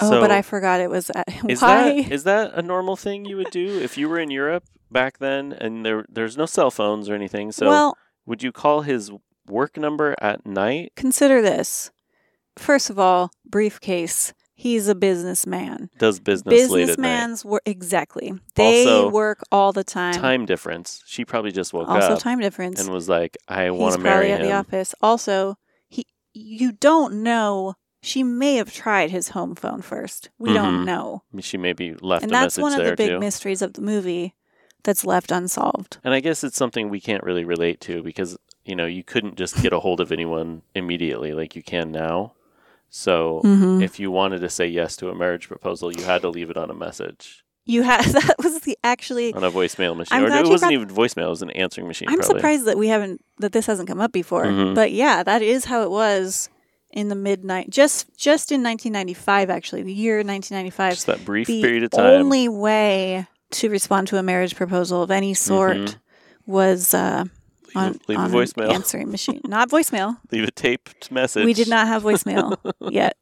C: Oh,
A: So-
C: but I forgot it was at,
A: Is
C: why.
A: that is that a normal thing you would do if you were in Europe back then and there there's no cell phones or anything? So
C: well,
A: would you call his work number at night?
C: consider this. First of all, briefcase. He's a businessman.
A: Does business late at night?
C: Businessman's work exactly. They
A: Also,
C: work all the time.
A: Time difference. She probably just woke
C: also,
A: up
C: time difference.
A: and was like, "I
C: He's
A: want to
C: probably
A: marry
C: at the
A: him."
C: office. Also, he you don't know. She may have tried his home phone first. We
A: Mhm.
C: don't know,
A: She maybe left a
C: and that's
A: message
C: one of
A: there
C: the big
A: too.
C: mysteries of the movie that's left unsolved.
A: and I guess it's something we can't really relate to because you know you couldn't just get a hold of anyone immediately like you can now. So
C: Mhm.
A: if you wanted to say yes to a marriage proposal, you had to leave it on a message.
C: You had that was the actually.
A: on a voicemail machine.
C: I'm
A: or
C: glad
A: no, it
C: you
A: wasn't
C: brought-
A: even voicemail; it was an answering machine.
C: I'm
A: probably.
C: surprised that we haven't that this hasn't come up before.
A: Mhm.
C: But yeah, that is how it was in the midnight just just in 1995 actually the year 1995
A: Just that brief
C: the
A: period of time.
C: only way to respond to a marriage proposal of any sort
A: Mhm.
C: was uh,
A: Leave a-
C: on,
A: leave a
C: on
A: voicemail.
C: an answering machine, not voicemail.
A: Leave a taped message.
C: We did not have voicemail yet.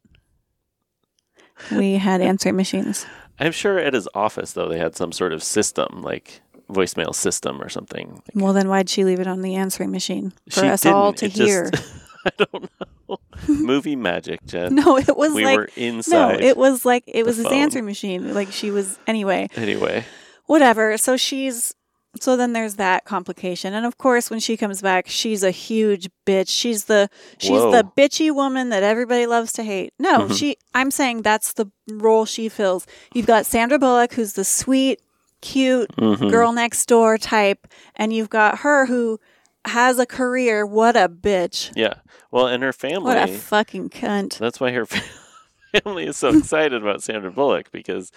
C: We had answering machines.
A: I'm sure at his office though they had some sort of system, like voicemail system or something. Like,
C: Well, then why'd she leave it on the answering machine for
A: she
C: us all to
A: didn't. It
C: hear?
A: Just, I don't know. Movie magic, Jen.
C: no, it was
A: we
C: like
A: were
C: no,
A: inside.
C: it was like it was his
A: phone.
C: answering machine. Like she was anyway.
A: Anyway,
C: whatever. So she's so then there's that complication. And of course when she comes back, she's a huge bitch. She's the she's
A: Whoa.
C: the bitchy woman that everybody loves to hate. No,
A: Mhm.
C: she I'm saying that's the role she fills. You've got Sandra Bullock who's the sweet, cute
A: Mhm.
C: girl next door type, and you've got her who has a career. What a bitch.
A: Yeah. Well, and her family.
C: What a fucking cunt.
A: that's why her family is so excited about Sandra Bullock because,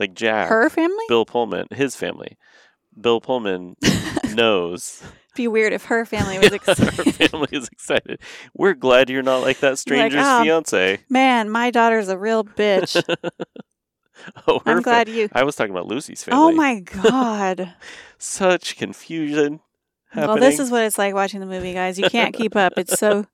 A: like Jack,
C: Her family?
A: Bill Pullman, his family, Bill Pullman knows
C: Be weird if her family was
A: Our
C: excited.
A: family is excited. We're glad you're not like that
C: You're like,
A: stranger's
C: "Ah,
A: fiance.
C: Man, my daughter's a real bitch.
A: Oh, her
C: I'm
A: fa-
C: glad you
A: I was talking about Lucy's family.
C: Oh my god.
A: Such confusion happening.
C: Well, this is what it's like watching the movie, guys. You can't keep up. It's so.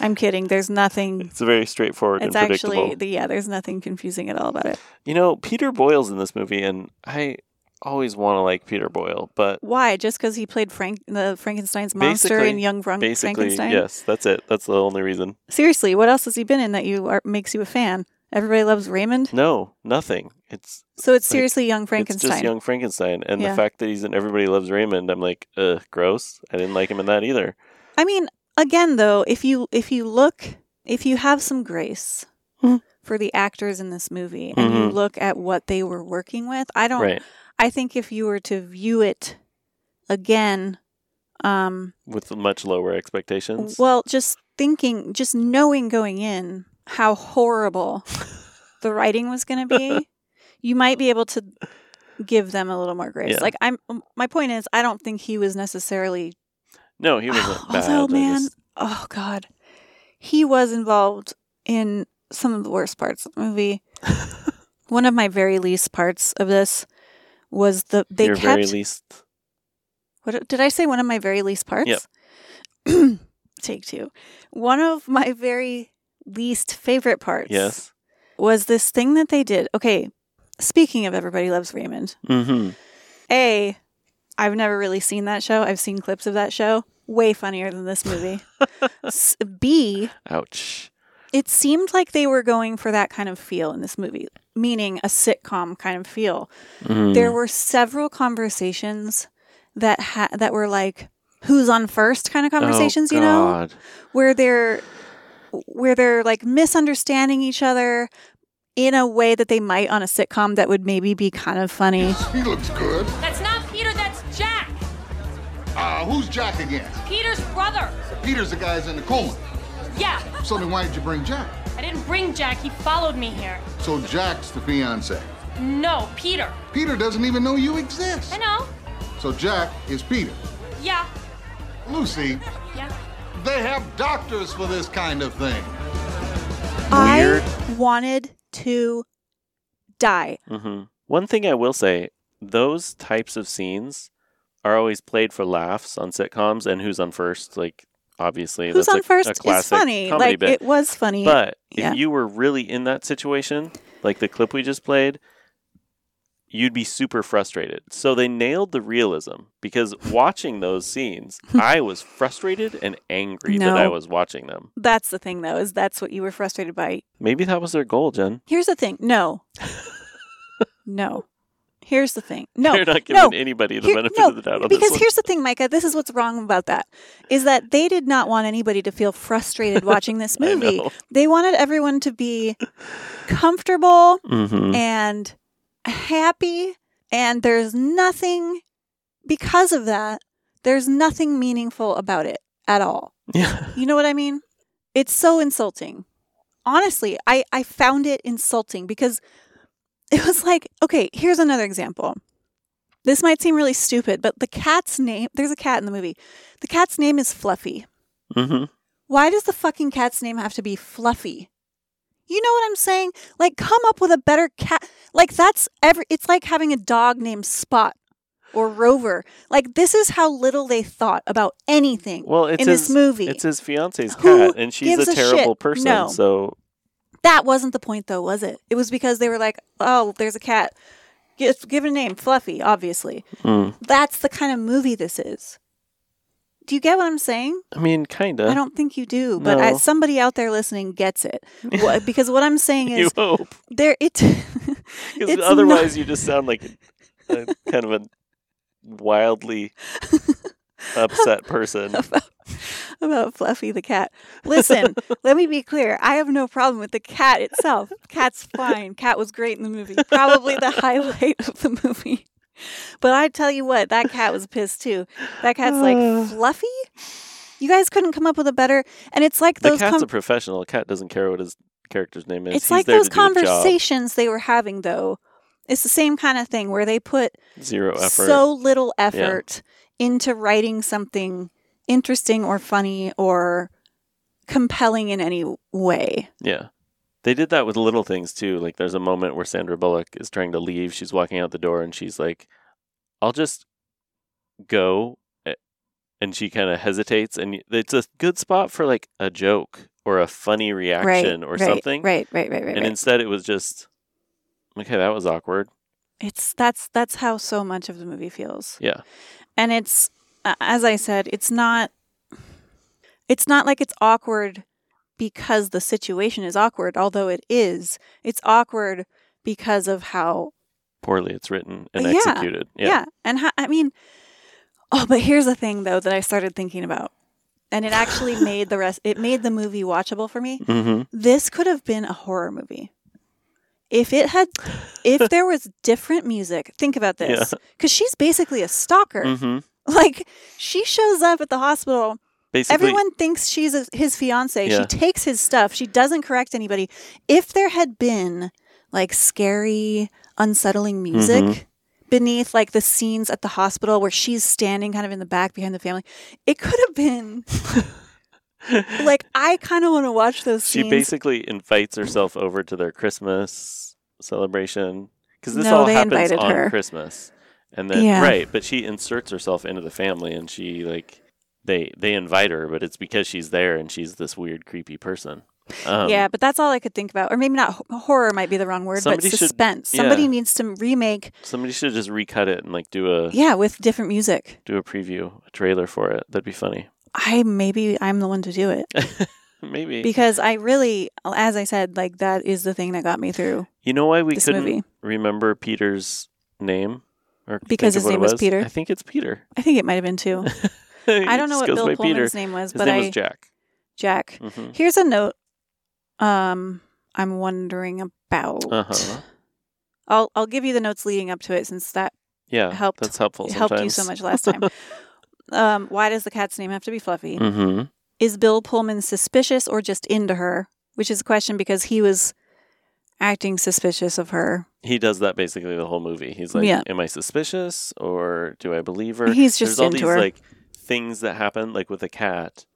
C: I'm kidding. There's nothing.
A: It's very straightforward
C: It's
A: and predictable.
C: actually the, yeah. There's nothing confusing at all about it.
A: You know, Peter Boyle's in this movie, and I always want to like Peter Boyle, but
C: Why? Just because he played Frank, the Frankenstein's monster in
A: Basically-
C: Young Frank-
A: basically,
C: Frankenstein.
A: yes, that's it. That's the only reason.
C: Seriously, what else has he been in that you are makes you a fan? Everybody loves Raymond.
A: No, nothing. It's
C: So it's
A: Like,
C: seriously Young
A: Frankenstein. it's just
C: Frankenstein.
A: young Frankenstein, and the
C: Yeah.
A: fact that he's in Everybody Loves Raymond, I'm like, ugh, gross. I didn't like him in that either.
C: I mean, again, though, if you if you look, if you have some grace
A: Mhm.
C: for the actors in this movie, and you
A: Mhm.
C: look at what they were working with, I don't.
A: Right,
C: I think if you were to view it again, um,
A: with much lower expectations.
C: well, just thinking, just knowing going in how horrible the writing was going to be, you might be able to give them a little more grace.
A: Yeah.
C: Like I'm, my point is, I don't think he was necessarily.
A: No, he wasn't bad.
C: although,
A: I
C: man,
A: just-
C: oh god, he was involved in some of the worst parts of the movie. One of my very least parts of this was the they
A: your
C: kept
A: very least
C: What did I say? One of my very least parts. Take two. One of my very least favorite parts.
A: Yes.
C: Was this thing that they did? Okay. Speaking of everybody loves Raymond,
A: Mm-hmm.
C: a, I've never really seen that show. I've seen clips of that show. Way funnier than this movie. S- B,
A: Ouch.
C: it seemed like they were going for that kind of feel in this movie, meaning a sitcom kind of feel.
A: Mm.
C: There were several conversations that ha- that were like who's on first kind of conversations,
A: oh,
C: you know,
A: God.
C: where they're where they're like misunderstanding each other in a way that they might on a sitcom that would maybe be kind of funny.
G: He looks good.
H: That's not Peter, that's Jack,
G: Uh, who's Jack again?
H: Peter's brother.
G: Peter's the guy's in the coma.
H: Yeah,
G: So then why did you bring Jack?
H: I didn't bring Jack, he followed me here.
G: So Jack's the fiance.
H: No, Peter.
G: Peter doesn't even know you exist.
H: I know.
G: So Jack is Peter.
H: Yeah,
G: Lucy,
H: yeah.
G: they have doctors for this kind of thing.
C: I wanted to die.
A: hmm One thing I will say those types of scenes are always played for laughs on sitcoms and who's on first. Like, obviously,
C: Who's
A: that's
C: on
A: a,
C: first
A: a
C: is
A: classic
C: funny.
A: comedy
C: Like
A: bit.
C: it was funny.
A: But
C: Yeah.
A: if you were really in that situation, like the clip we just played, you'd be super frustrated. So they nailed the realism because watching those scenes, I was frustrated and angry that I
C: No.
A: was watching them.
C: that's the thing though, is that's what you were frustrated by.
A: Maybe that was their goal, Jen.
C: Here's the thing. No. no. Here's the thing. No.
A: They're not giving
C: no.
A: anybody the
C: Here-
A: benefit
C: no,
A: of the doubt on
C: because
A: this
C: here's the thing, Micah. This is what's wrong about that is that they did not want anybody to feel frustrated watching this
A: I
C: movie.
A: know.
C: They wanted everyone to be comfortable
A: one. hmm
C: and happy, and there's nothing because of that. There's nothing meaningful about it at all.
A: Yeah.
C: You know what I mean? It's so insulting. Honestly, I, I found it insulting because it was like, okay, here's another example. This might seem really stupid, but the cat's name, there's a cat in the movie. The cat's name is Fluffy.
A: hmm
C: Why does the fucking cat's name have to be Fluffy? You know what I'm saying? Like, come up with a better cat. Like, that's every, it's like having a dog named Spot or Rover. Like, this is how little they thought about anything
A: Well, it's
C: in
A: his,
C: this movie.
A: It's his fiance's
C: Who
A: cat, and she's
C: gives
A: a
C: a shit?
A: terrible person.
C: No.
A: So
C: That wasn't the point, though, was it? It was because they were like, oh, there's a cat. Give, give it a name, Fluffy, obviously.
A: mm.
C: That's the kind of movie this is. Do you get what I'm saying?
A: I mean, kind of.
C: I don't think you do, but I,
A: No.
C: somebody out there listening gets it. Wha- because what I'm saying
A: You
C: is,
A: hope,
C: there it.
A: because
C: it's
A: otherwise you just sound like a, kind of a wildly upset person.
C: not about, about Fluffy the cat. Listen, let me be clear. I have no problem with the cat itself. Cat's fine. Cat was great in the movie. Probably the highlight of the movie. But I tell you what, that cat was pissed too. That cat's like fluffy. You guys couldn't come up with a better. And it's like
A: The
C: those.
A: cat's
C: com-
A: a professional. A cat doesn't care what his character's name is.
C: it's
A: He's
C: like
A: there
C: those
A: to do a job.
C: conversations they were having though. It's the same kind of thing where they put
A: Zero effort.
C: so little effort into writing something interesting or funny or compelling in any way.
A: Yeah. They did that with little things too. Like there's a moment where Sandra Bullock is trying to leave. She's walking out the door and she's like, I'll just go. eh, And she kind of hesitates. And y- it's a good spot for like a joke or a funny reaction
C: right,
A: or
C: right,
A: something.
C: Right, right, right, right.
A: And
C: right.
A: instead it was just, okay, that was awkward.
C: it's that's that's how so much of the movie feels.
A: Yeah.
C: And it's a- as I said, it's not it's not like it's awkward because the situation is awkward, although it is. It's awkward because of how
A: Poorly it's written and
C: Yeah.
A: executed.
C: Yeah. And ho- I mean, oh, but here's the thing though that I started thinking about. And it actually made the rest it made the movie watchable for me.
A: hmm
C: This could have been a horror movie. If it had if there was different music, think about this. Cuz she's basically a stalker.
A: hmm
C: Like she shows up at the hospital
A: Basically,
C: Everyone thinks she's a, his fiance.
A: Yeah.
C: She takes his stuff. She doesn't correct anybody. If there had been like scary, unsettling music
A: Mm-hmm.
C: beneath like the scenes at the hospital where she's standing kind of in the back behind the family, it could have been like I kind of want to watch those
A: She
C: scenes.
A: basically invites herself over to their Christmas celebration because this
C: No,
A: all
C: they
A: happens
C: invited
A: on
C: her.
A: Christmas, and then
C: Yeah.
A: right but she inserts herself into the family and she like they they invite her but it's because she's there and she's this weird creepy person um,
C: yeah, but that's all I could think about. Or maybe not ho- horror might be the wrong word, but
A: Somebody should-
C: suspense.
A: yeah.
C: Somebody needs to remake
A: somebody should just recut it and like do a
C: yeah, with different music.
A: do a preview a trailer for it that'd be funny
C: I maybe I'm the one to do it
A: maybe
C: because I really as I said like that is the thing that got me through.
A: you know why we
C: this
A: couldn't
C: movie.
A: remember peter's name or think
C: Because
A: of
C: his
A: what it
C: name was Peter?
A: i think it's peter
C: I think it might have been two. I don't know what Bill Pullman's name was,
A: his
C: but
A: name
C: I
A: was jack
C: Jack.
A: hmm
C: Here's a note um I'm wondering about.
A: Uh-huh.
C: I'll I'll give you the notes leading up to it since that
A: yeah
C: Helped-
A: that's helpful sometimes.
C: helped you so much last time. um why does the cat's name have to be Fluffy?
A: mm-hmm
C: Is Bill Pullman suspicious or just into her? Which is a question because he was acting suspicious of her.
A: he does that basically the whole movie. He's like,
C: Yeah.
A: "Am I suspicious or do I believe her?"
C: He's just
A: There's all
C: into
A: these
C: her.
A: like things that happen, like with a cat.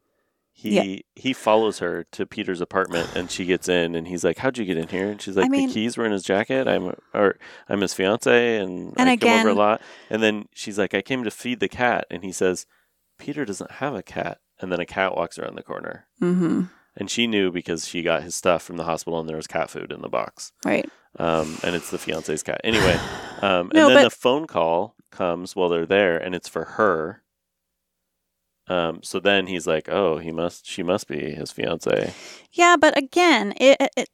A: He he follows her to Peter's apartment, and she gets in, and he's like, "How'd you get in here?" And she's like,
C: mean-
A: "The keys were in his jacket. I'm or I'm his fiance, and,
C: And
A: I come over a
C: again-
A: lot." And then she's like, "I came to feed the cat," and he says, "Peter doesn't have a cat." And then a cat walks around the corner,
C: Mm-hmm.
A: and she knew because she got his stuff from the hospital, and there was cat food in the box
C: Right.
A: um, and it's the fiance's cat. Anyway, um,
C: No,
A: and then
C: but-
A: the phone call comes while they're there, and it's for her. Um, so then he's like, "Oh, he must, she must be his fiance."
C: Yeah, but again, it, it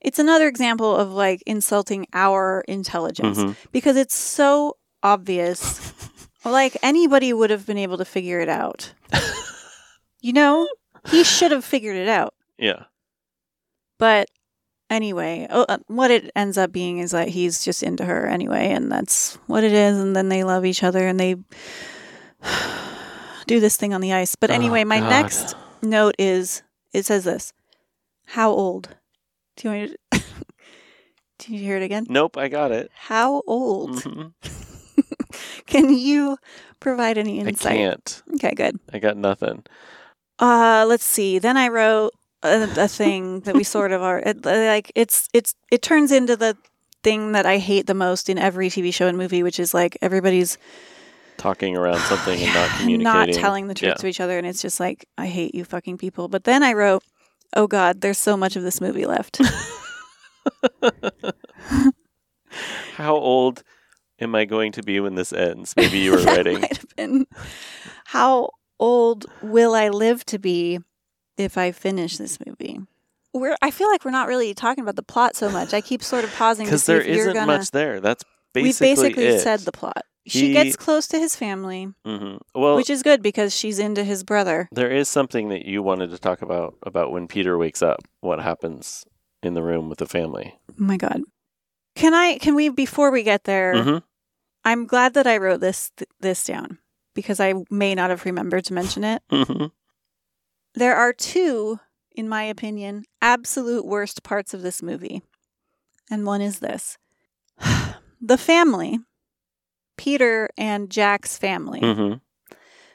C: it's another example of like insulting our intelligence
A: Mhm.
C: because it's so obvious. like anybody would have been able to figure it out. you know, he should have figured it out.
A: Yeah,
C: But anyway, oh, uh, what it ends up being is that he's just into her anyway, and that's what it is. And then they love each other and they do this thing on the ice. But
A: Oh,
C: anyway, my
A: God.
C: next note is it says this How old? Do you want me to, do you hear it again?
A: nope, I got it.
C: How old?
A: Mhm.
C: Can you provide any
A: I
C: insight?
A: can't.
C: Okay, good.
A: I got nothing.
C: Uh, let's see. Then I wrote a, a thing that we sort of are it, uh, like. It's it's it turns into the thing that I hate the most in every TV show and movie, which is like everybody's
A: Talking around something and not communicating,
C: not telling the truth
A: Yeah.
C: to each other, and it's just like I hate you fucking people. But then I wrote, oh god, there's so much of this movie left.
A: How old am I going to be when this ends? Maybe you were writing.
C: Might have been how old will I live to be if I finish this movie? We're, I feel like we're not really talking about the plot so much. I keep sort of pausing to
A: Because
C: see
A: there
C: if you're
A: isn't
C: gonna...
A: much there. That's basically
C: we basically
A: it.
C: said the plot.
A: He-
C: she gets close to his family,
A: Mhm. Well,
C: which is good because she's into his brother.
A: There is something that you wanted to talk about about when Peter wakes up. What happens in the room with the family?
C: Oh my god. Can I can we before we get there,
A: Mhm.
C: I'm glad that I wrote this th- this down because I may not have remembered to mention it.
A: Mhm.
C: There are two in my opinion absolute worst parts of this movie. And one is this. the family, Peter and Jack's family,
A: Mhm.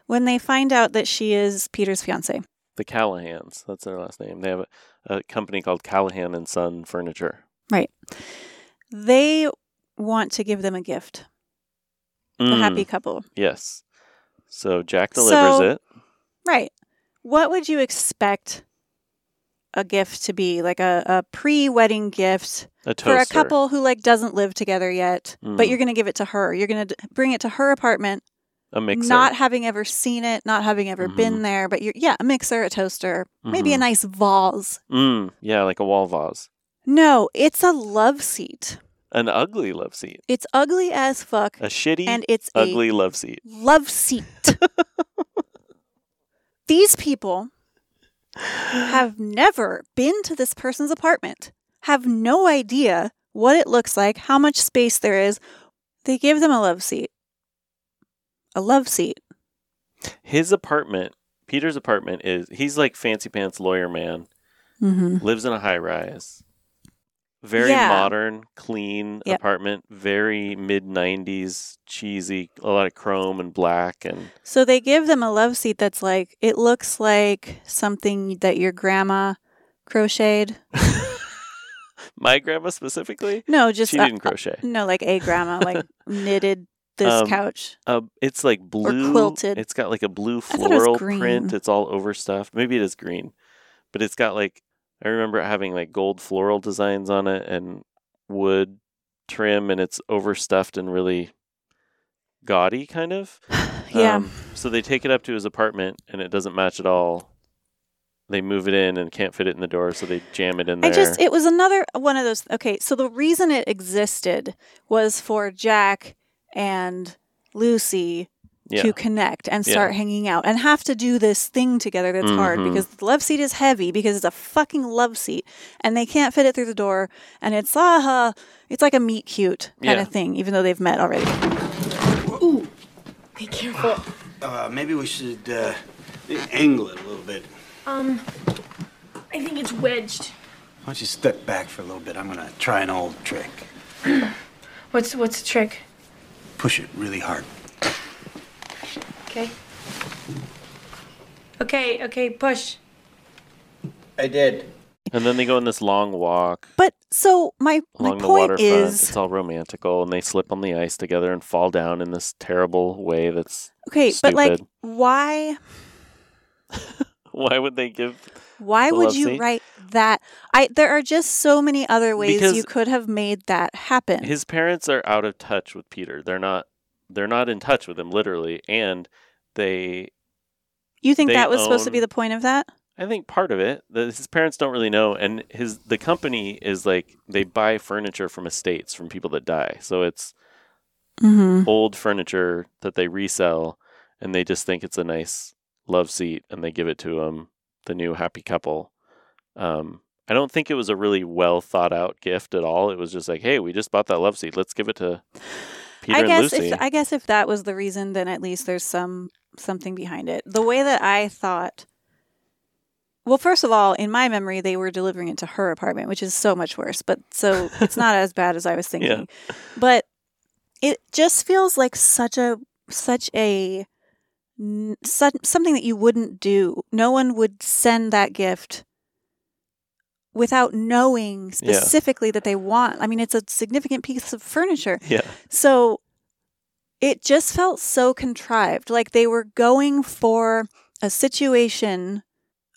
C: when they find out that she is Peter's fiance.
A: The Callahans. That's their last name. They have a, a company called Callahan and Son Furniture.
C: they want to give them a gift the
A: Mm,
C: happy couple
A: Yes. So Jack delivers
C: So-
A: it.
C: right what would you expect a gift to be like a, a pre-wedding gift
A: A toaster.
C: for a couple who like doesn't live together yet
A: Mm.
C: but you're gonna give it to her you're gonna d- bring it to her apartment
A: A mixer.
C: not having ever seen it not having ever
A: Mhm.
C: been there but you're yeah a mixer a toaster maybe a
A: Mhm.
C: nice vase
A: Mm, yeah, like a wall vase.
C: no it's a love seat
A: An ugly love seat.
C: it's ugly as fuck
A: A shitty,
C: and it's a
A: ugly love seat.
C: love seat. These people have never been to this person's apartment, have no idea what it looks like, how much space there is. They give them a love seat. A love seat.
A: His apartment, Peter's apartment, is he's like fancy pants lawyer man.
C: Mm-hmm.
A: lives in a high rise. Very
C: Yeah.
A: modern, clean
C: Yep.
A: apartment, very mid 90s, cheesy, a lot of chrome and black and
C: So they give them a love seat that's like, it looks like something that your grandma crocheted.
A: My grandma specifically?
C: No, just
A: she
C: uh,
A: didn't crochet.
C: no, like a grandma like knitted this
A: Um,
C: couch.
A: Uh, it's like blue.
C: quilted.
A: It's got like a blue
C: thought it was
A: floral
C: green.
A: print. It's all overstuffed. Maybe it is green, but it's got like I remember it having like gold floral designs on it and wood trim, and it's overstuffed and really gaudy, kind of.
C: Yeah.
A: Um, so they take it up to his apartment, and it doesn't match at all. They move it in and can't fit it in the door, so they jam it in there.
C: I just it was another one of those. Okay, so the reason it existed was for Jack and Lucy
A: yeah.
C: to connect and
A: Yeah.
C: start hanging out and have to do this thing together that's hard
A: Mhm.
C: because the love seat is heavy because it's a fucking love seat and they can't fit it through the door and it's uh it's like a meet cute kind
A: Yeah.
C: of thing even though they've met already.
I: Be careful.
J: Uh, maybe we should uh, angle it a little bit.
I: Um, I think it's wedged.
J: Why don't you step back for a little bit? I'm gonna try an old trick.
I: What's what's the trick?
J: Push it really hard.
I: Okay. Okay, okay, push.
J: I did.
A: and then they go on this long walk
C: But so my my
A: along the
C: point
A: waterfront.
C: is
A: It's all romantical, and they slip on the ice together and fall down in this terrible way. That's
C: okay, but like
A: stupid.
C: why
A: why would they give?
C: Why
A: the
C: would
A: love
C: you
A: seat.
C: write that? I there are just so many other ways
A: Because-
C: you could have made that happen.
A: His parents are out of touch with Peter. They're not. They're not in touch with him literally, and they.
C: you think
A: they
C: that was supposed to
A: own-
C: be the point of that?
A: I think part of it that his parents don't really know, and his the company is like they buy furniture from estates from people that die, so it's
C: Mm-hmm.
A: old furniture that they resell, and they just think it's a nice love seat, and they give it to him, the new happy couple. Um, I don't think it was a really well thought out gift at all. It was just like, hey, we just bought that love seat. Let's give it to Peter
C: I
A: and
C: guess
A: Lucy.
C: if I guess if that was the reason, then at least there's some something behind it. The way that I thought. Well, first of all, in my memory, they were delivering it to her apartment, which is so much worse. But so it's not as bad as I was thinking. But it just feels like such a such a n- such, something that you wouldn't do. No one would send that gift without knowing specifically that they want. I mean, it's a significant piece of furniture.
A: yeah.
C: So it just felt so contrived. Like they were going for a situation,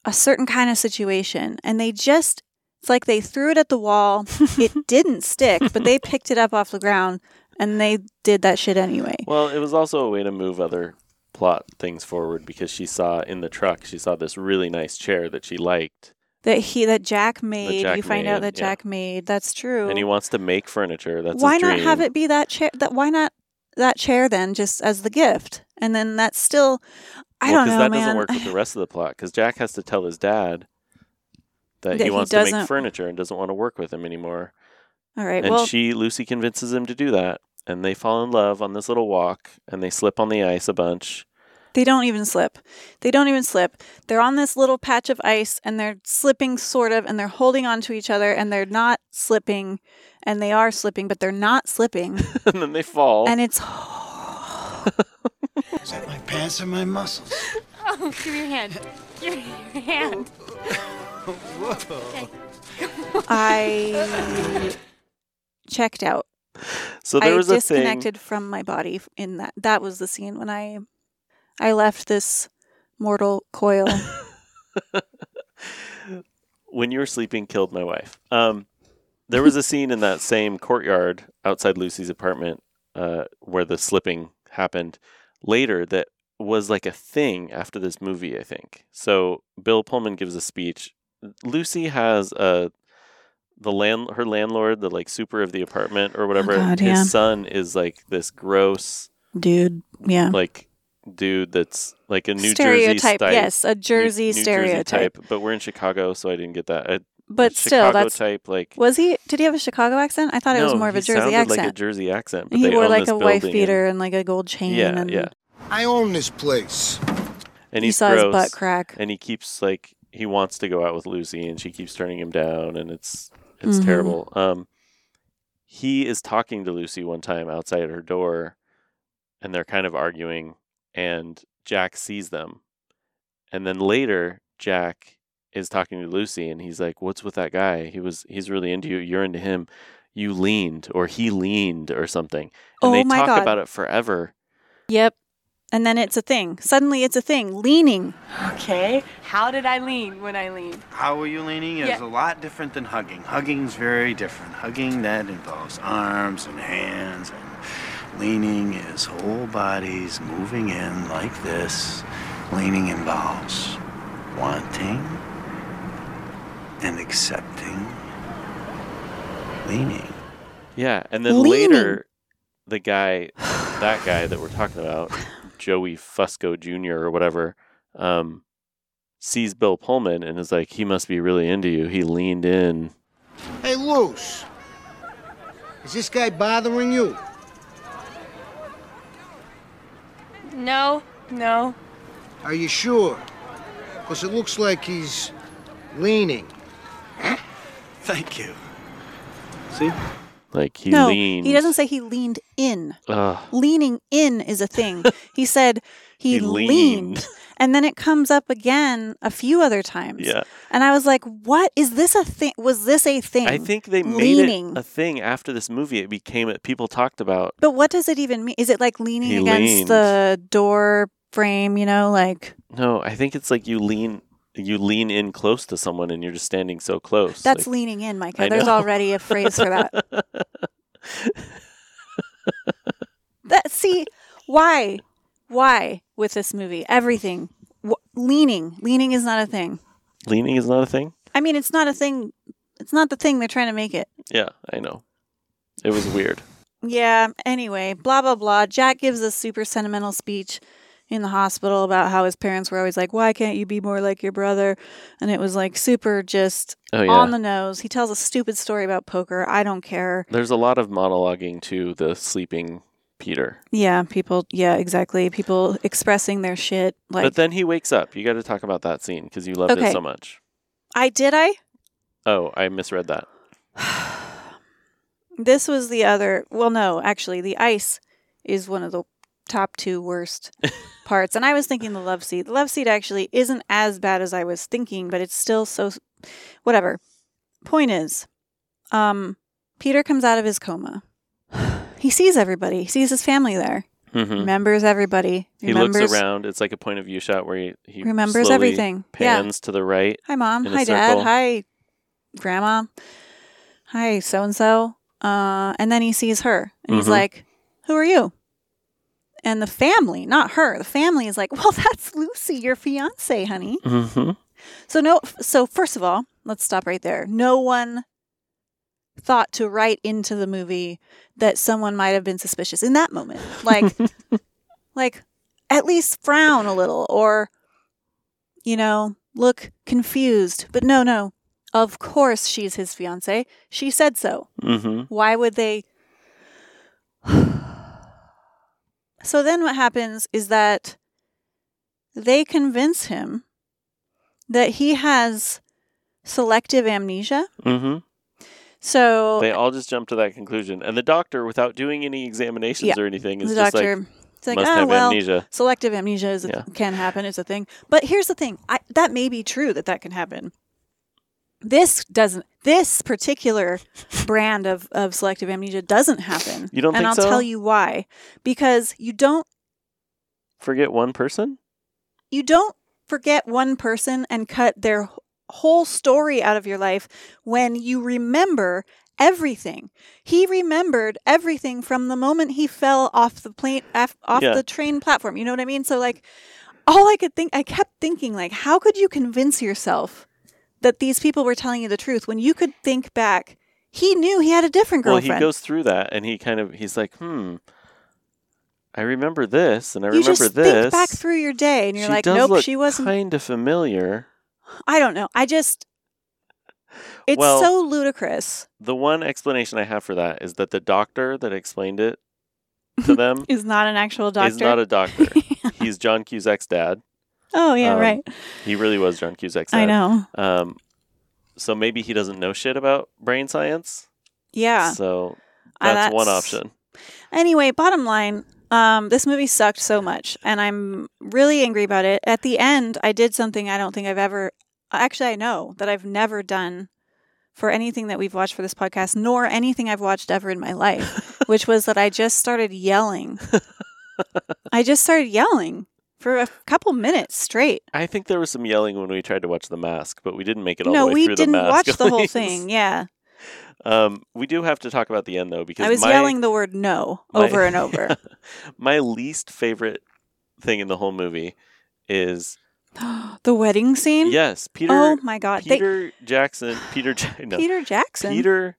C: a certain kind of situation, and they just, it's like they threw it at the wall. it didn't stick, but they picked it up off the ground and they did that shit anyway.
A: Well, it was also a way to move other plot things forward because she saw in the truck, she saw this really nice chair that she liked,
C: That he, that Jack made,
A: Jack
C: you find out
A: made,
C: that
A: yeah.
C: Jack made. That's true.
A: and he wants to make furniture. That's his
C: why not have
A: dream.
C: it be that chair? That why not that chair then, just as the gift, and then that's still. I
A: Well,
C: don't know,
A: that
C: man.
A: doesn't work with the rest of the plot because Jack has to tell his dad that,
C: That
A: he
C: he
A: wants to make
C: doesn't-
A: furniture and doesn't want to work with him anymore.
C: All right.
A: and
C: well,
A: she, Lucy, convinces him to do that, and they fall in love on this little walk, and they slip on the ice a bunch.
C: They don't even slip. They don't even slip. They're on this little patch of ice and they're slipping, sort of, and they're holding on to each other and they're not slipping and they are slipping, but they're not slipping.
A: and then they fall.
C: and it's,
J: Is that my pants or my muscles?
H: Oh, give me your hand. Give me your hand.
C: I checked out.
A: so there
C: I
A: was a thing.
C: disconnected from my body f- in that. That was the scene when I, I left this mortal coil.
A: when you were sleeping killed my wife. Um, there was a scene in that same courtyard outside Lucy's apartment uh, where the slipping happened later that was like a thing after this movie, I think. So Bill Pullman gives a speech. Lucy has a the land her landlord, the like super of the apartment or whatever.
C: Oh, God,
A: his
C: yeah.
A: son is like this gross
C: Dude, yeah.
A: like dude that's like a New Jersey
C: stereotype,
A: type.
C: yes, a Jersey
A: New, New
C: stereotype.
A: type, but we're in Chicago, so I didn't get that. I,
C: But
A: a
C: still,
A: Chicago
C: that's
A: type like
C: Was he? Did he have a Chicago accent? I thought it was
A: No,
C: more of
A: he
C: a Jersey
A: sounded like a
C: accent.
A: Jersey accent. But
C: he
A: they
C: wore
A: own
C: like
A: this
C: a wife
A: building
C: beater and like a gold chain.
A: And, yeah,
C: and
A: yeah.
K: I own this place.
A: And
C: you
A: he's
C: saw
A: gross.
C: his butt crack.
A: And he keeps like he wants to go out with Lucy, and she keeps turning him down, and it's it's
C: Mhm.
A: terrible. Um, he is talking to Lucy one time outside her door, and they're kind of arguing, and Jack sees them, and then later Jack is talking to Lucy and he's like, "What's with that guy? He was he's really into you. You're into him. You leaned or he leaned or something." And
C: Oh
A: they
C: my
A: talk
C: God.
A: about it forever.
C: Yep. And then it's a thing. Suddenly it's a thing. Leaning.
H: Okay. How did I lean when I leaned?
J: How were you leaning is
H: Yeah.
J: a lot different than hugging. Hugging's very different. Hugging that involves arms and hands, and leaning is whole bodies moving in like this. Leaning involves wanting and accepting. Leaning.
A: Yeah, and then
J: Leaning.
A: later the guy that guy that we're talking about, Joey Fusco Jr. or whatever, um sees Bill Pullman and is like, "He must be really into you. He leaned in."
K: Hey, Luce. Is this guy bothering you?
H: No. No.
K: Are you sure? Because it looks like he's leaning.
J: Thank you. See?
A: Like he
C: no,
A: leaned.
C: he doesn't say he leaned in.
A: Ugh.
C: Leaning in is a thing. he said he,
A: He
C: leaned.
A: leaned.
C: And then it comes up again a few other times.
A: Yeah.
C: And I was like, what? Is this a thing? Was this a thing?
A: I think they made
C: leaning.
A: it a thing after this movie. It became it people talked about.
C: But what does it even mean? Is it like leaning
A: He
C: against
A: leaned.
C: the door frame, you know, like
A: No, I think it's like you lean you lean in close to someone and you're just standing so close.
C: that's
A: like,
C: leaning in, Micah.
A: I
C: There's
A: know.
C: already a phrase for that. that see why why with this movie everything w- leaning leaning is not a thing.
A: leaning is not a thing.
C: I mean, it's not a thing. It's not the thing they're trying to make it.
A: Yeah, I know. It was weird.
C: Yeah. Anyway, blah blah blah. Jack gives a super sentimental speech in the hospital about how his parents were always like, "Why can't you be more like your brother?" And it was like super just
A: Oh, yeah.
C: on the nose. He tells a stupid story about poker. I don't care.
A: There's a lot of monologuing to the sleeping Peter.
C: Yeah, people. Yeah, exactly. People expressing their shit. Like,
A: but then he wakes up. You got to talk about that scene because you loved
C: Okay.
A: it so much.
C: I did. I
A: Oh, I misread that.
C: This was the other. Well, no, actually, the ice is one of the top two worst parts. And I was thinking the love seat. The love seat actually isn't as bad as I was thinking, but it's still so. Whatever. Point is, um, Peter comes out of his coma. He sees everybody. He sees his family there.
A: Mhm.
C: Remembers everybody.
A: He
C: Remembers.
A: looks around. It's like a point of view shot where he, he
C: Remembers
A: slowly
C: everything. Yeah.
A: Pans to the right.
C: Hi, mom.
A: in a
C: Hi, dad.
A: circle.
C: Hi, grandma. Hi, so and so. And then he sees her and he's
A: Mhm.
C: like, Who are you? And the family, not her, the family is like, Well, that's Lucy, your fiance, honey.
A: Mm-hmm.
C: So, no, so first of all, let's stop right there. No one thought to write into the movie that someone might have been suspicious in that moment. Like, like at least frown a little or you know look confused but no no of course she's his fiance she said so
A: Mm-hmm.
C: why would they so then what happens is that they convince him that he has selective amnesia
A: Mm-hmm.
C: so
A: They all just jump to that conclusion. And the doctor, without doing any examinations
C: Yeah.
A: or anything, is
C: the
A: just
C: doctor
A: like,
C: it's like,
A: must
C: "Ah,
A: have
C: well,
A: amnesia.
C: selective amnesia is a,
A: Yeah.
C: can happen it's a thing but here's the thing I, that may be true that that can happen this doesn't this particular brand of, of selective amnesia doesn't happen
A: You don't
C: and
A: think
C: i'll
A: so?
C: tell you why because you don't
A: forget one person?
C: you don't forget one person and cut their wh- whole story out of your life when you remember everything. He remembered everything from the moment he fell off the plane af- off
A: Yeah.
C: the train platform. You know what I mean? So like all I could think I kept thinking like how could you convince yourself that these people were telling you the truth when you could think back he knew he had a different girlfriend.
A: Well, he goes through that and he kind of, he's like, hmm, I remember this and I
C: you
A: remember
C: just
A: this.
C: think back through your day and you're
A: she
C: like,
A: does
C: nope,
A: look
C: she wasn't.
A: kind of familiar.
C: I don't know. I just, it's
A: Well-
C: so ludicrous.
A: The one explanation I have for that is that the doctor that explained it to them
C: is not an actual doctor.
A: is not a doctor. He's John Cusack's dad.
C: oh yeah,
A: Um,
C: right.
A: He really was John Cusack's dad.
C: I know.
A: Um, so maybe he doesn't know shit about brain science.
C: Yeah.
A: So
C: Uh,
A: that's, one
C: that's-
A: option.
C: Anyway, bottom line, um, this movie sucked so much, and I'm really angry about it. At the end, I did something I don't think I've ever actually I know that I've never done for anything that we've watched for this podcast, nor anything I've watched ever in my life, which was that I just started yelling. I just started yelling for a couple minutes straight.
A: I think there was some yelling when we tried to watch The Mask, but we didn't make it all
C: No,
A: the way
C: we
A: through
C: didn't
A: the mask.
C: watch the whole
A: please.
C: thing. Yeah.
A: Um, we do have to talk about the end though, because
C: I was
A: my,
C: yelling the word no
A: my-
C: over and over.
A: my least favorite thing in the whole movie is
C: the wedding scene?
A: yes, Peter.
C: oh my god.
A: Peter Jackson. Peter. Ja-
C: they,
A: no,
C: Peter Jackson.
A: Peter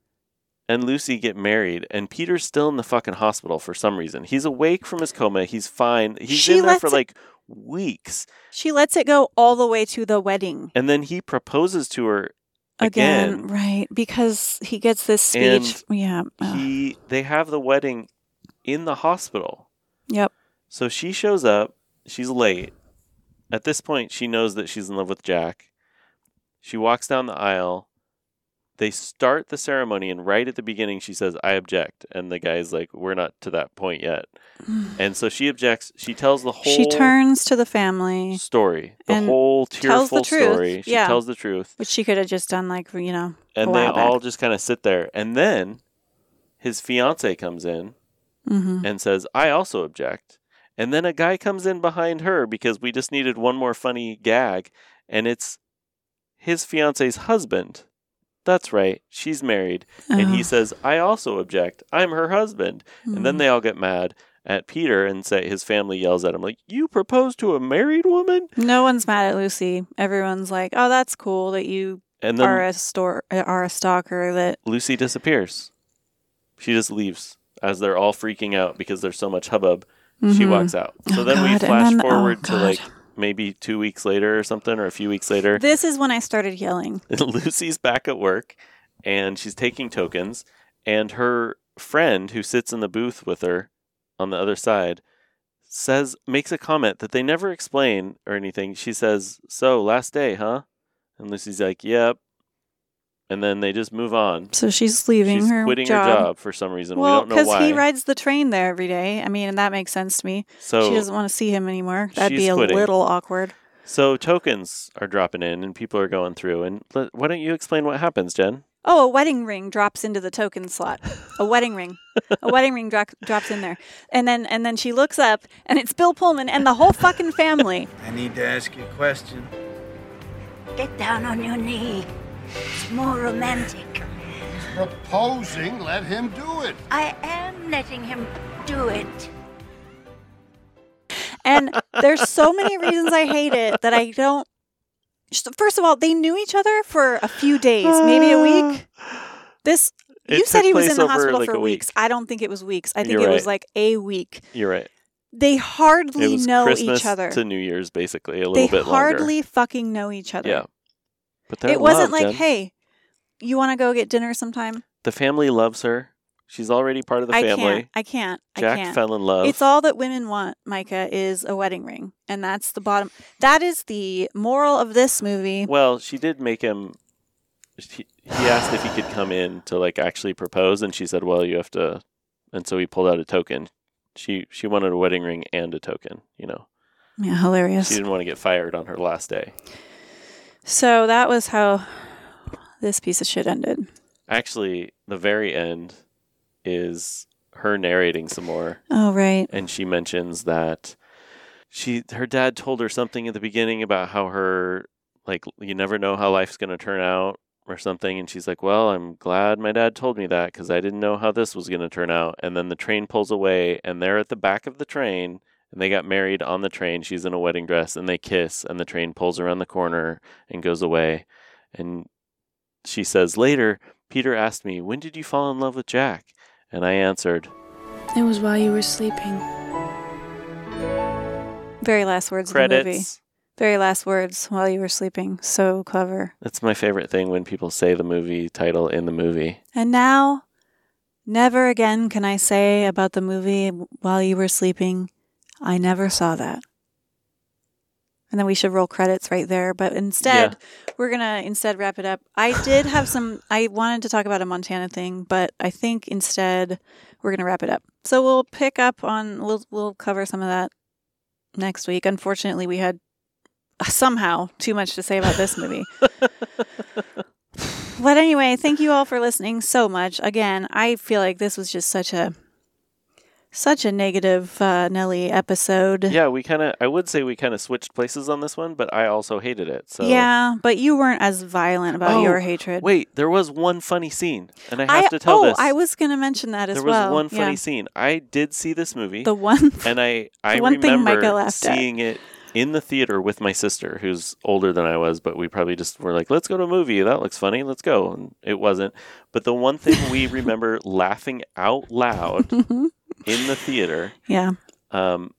A: and Lucy get married, and Peter's still in the fucking hospital for some reason. He's awake from his coma. He's fine. He's in
C: She
A: there
C: lets
A: for
C: it-
A: like weeks,
C: She lets it go all the way to the wedding
A: and then he proposes to her
C: again,
A: again.
C: right? Because he gets this
A: And
C: speech. yeah. uh, Ugh.
A: He they have the wedding in the hospital.
C: yep.
A: So she shows up. She's late. At this point, she knows that she's in love with Jack. She walks down the aisle. They start the ceremony, and right at the beginning, she says, I object. And the guy's like, We're not to that point yet. and so she objects. She tells the whole
C: She turns to the family,
A: story, the
C: and
A: whole
C: tells the
A: tearful
C: truth.
A: story. She
C: Yeah.
A: tells the truth.
C: which she could have just done like, you know, a
A: And they
C: while back.
A: all just kind of sit there. And then his fiance comes in
C: Mhm.
A: and says, I also object. And then a guy comes in behind her because we just needed one more funny gag. And it's his fiance's husband. That's right. She's married. And
C: Oh.
A: he says, I also object. I'm her husband. And then they all get mad at Peter and say, his family yells at him, like, You propose to a married woman?
C: No one's mad at Lucy. Everyone's like, "Oh, that's cool that you
A: And then
C: are a store uh, are a stalker." That
A: Lucy disappears. She just leaves as they're all freaking out because there's so much hubbub. She
C: Mhm.
A: walks out. So
C: Oh,
A: then we
C: God, and
A: flash
C: then- oh,
A: forward to
C: God.
A: like maybe two weeks later or something, or a few weeks later.
C: this is when I started yelling.
A: Lucy's back at work and she's taking tokens, and her friend who sits in the booth with her on the other side says makes a comment that they never explain or anything. She says, "So, last day, huh?" And Lucy's like, "Yep." And then they just move on.
C: So she's leaving
A: She's
C: her
A: quitting
C: job.
A: her job for some reason.
C: Well,
A: we don't know why.
C: he rides the train there every day. I mean, and that makes sense to me.
A: So-
C: she doesn't want to see him anymore. That'd
A: She's
C: be a
A: quitting.
C: little awkward.
A: so tokens are dropping in, and people are going through. And let, why don't you explain what happens, Jen?
C: Oh, a wedding ring drops into the token slot. A wedding ring. A wedding ring dro- drops in there. And then and then she looks up and it's Bill Pullman and the whole fucking family.
J: I need to ask you a question.
L: Get down on your knee. It's more romantic.
G: Proposing, let him do it.
L: I am letting him do it.
C: And there's so many reasons I hate it that I don't Just- First of all, they knew each other for a few days, maybe a week. This
A: It
C: you said
A: took
C: he was
A: place
C: in the
A: over,
C: hospital
A: like,
C: for
A: a week.
C: weeks. I don't think it was weeks. I think
A: You're
C: it was
A: right.
C: like a week.
A: You're right.
C: They hardly
A: It was
C: know
A: Christmas
C: each other.
A: to New Year's, basically a little
C: they
A: bit longer.
C: hardly fucking know each other.
A: Yeah, but they're
C: it wasn't
A: in
C: like,
A: love, Jen.
C: hey, you want to go get dinner sometime?
A: the family loves her. She's already part of the
C: I
A: family.
C: can't. I can't.
A: Jack
C: I can't.
A: fell in love.
C: It's all that women want, Micah, is a wedding ring. And that's the bottom. That is the moral of this movie.
A: Well, she did make him. He, he asked if he could come in to like actually propose, and she said, "Well, you have to." And so he pulled out a token. She she wanted a wedding ring and a token. You know,
C: Yeah, hilarious.
A: She didn't want to get fired on her last day.
C: So that was how this piece of shit ended.
A: Actually, the very end is her narrating some more.
C: Oh, right.
A: And she mentions that she her dad told her something at the beginning about how her like you never know how life's going to turn out or something and she's like, "Well, I'm glad my dad told me that cuz I didn't know how this was going to turn out." And then the train pulls away and they're at the back of the train and they got married on the train. She's in a wedding dress and they kiss and the train pulls around the corner and goes away. And she says later, Peter asked me, When did you fall in love with Jack? And I answered,
I: It was while you were sleeping.
C: Very last words of the movie.
A: Credits.
C: Very last words while you were sleeping. So clever.
A: That's my favorite thing when people say the movie title in the movie.
C: And now, never again can I say about the movie while you were sleeping, I never saw that. And then we should roll credits right there. But instead, we're going to instead wrap it up. I did have some, I wanted to talk about a Montana thing, but I think instead we're going to wrap it up. So we'll pick up on, we'll, we'll cover some of that next week. Unfortunately, we had somehow too much to say about this movie. but anyway, thank you all for listening so much. Again, I feel like this was just such a such a negative uh, Nelly episode.
A: Yeah, we kind of. I would say we kind of switched places on this one, but I also hated it. So
C: Yeah, but you weren't as violent about
A: Oh,
C: your hatred.
A: Wait, there was one funny scene, and I have to tell
C: oh,
A: this.
C: I was going to mention that as
A: there was
C: well.
A: one funny
C: Yeah.
A: scene. I did see this movie.
C: The one-
A: and I I
C: one thing Micah
A: remember
C: laughed at.
A: seeing it in the theater with my sister, who's older than I was, but we probably just were like, "Let's go to a movie. That looks funny. Let's go." And it wasn't. But the one thing we remember laughing out loud in the theater,
C: Yeah.
A: um,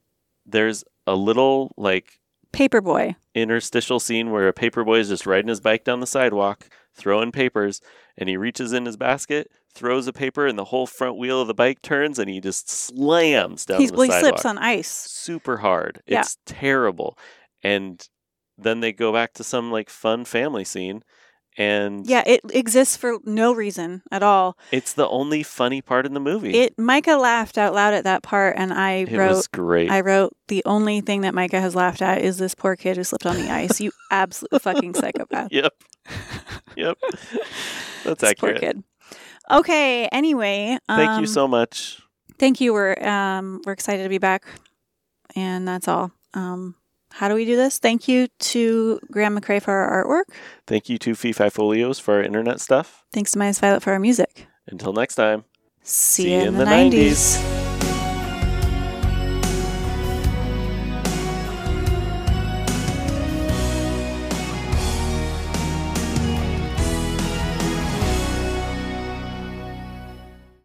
A: there's a little like
C: Paperboy.
A: interstitial scene where a paper boy is just riding his bike down the sidewalk, throwing papers, and he reaches in his basket, throws a paper, and the whole front wheel of the bike turns, and he just slams down
C: He's,
A: the
C: well, he
A: sidewalk.
C: slips on ice.
A: Super hard.
C: Yeah.
A: It's terrible. And then they go back to some like fun family scene, and
C: Yeah, it exists for no reason at all.
A: it's the only funny part in the movie.
C: It Micah laughed out loud at that part, and I
A: It
C: wrote.
A: was great.
C: I wrote the only thing that Micah has laughed at is this poor kid who slipped on the ice. You absolute fucking psychopath.
A: yep. Yep. That's
C: This
A: accurate.
C: Poor kid. Okay. Anyway, um,
A: Thank you so much.
C: Thank you. We're um, we're excited to be back, and that's all. Um, how do we do this? Thank you to Graham McRae for our artwork.
A: Thank you to Fi Fi Folios for our internet stuff.
C: Thanks to Minus Violet for our music.
A: Until next time.
C: See, you in, the, 90s.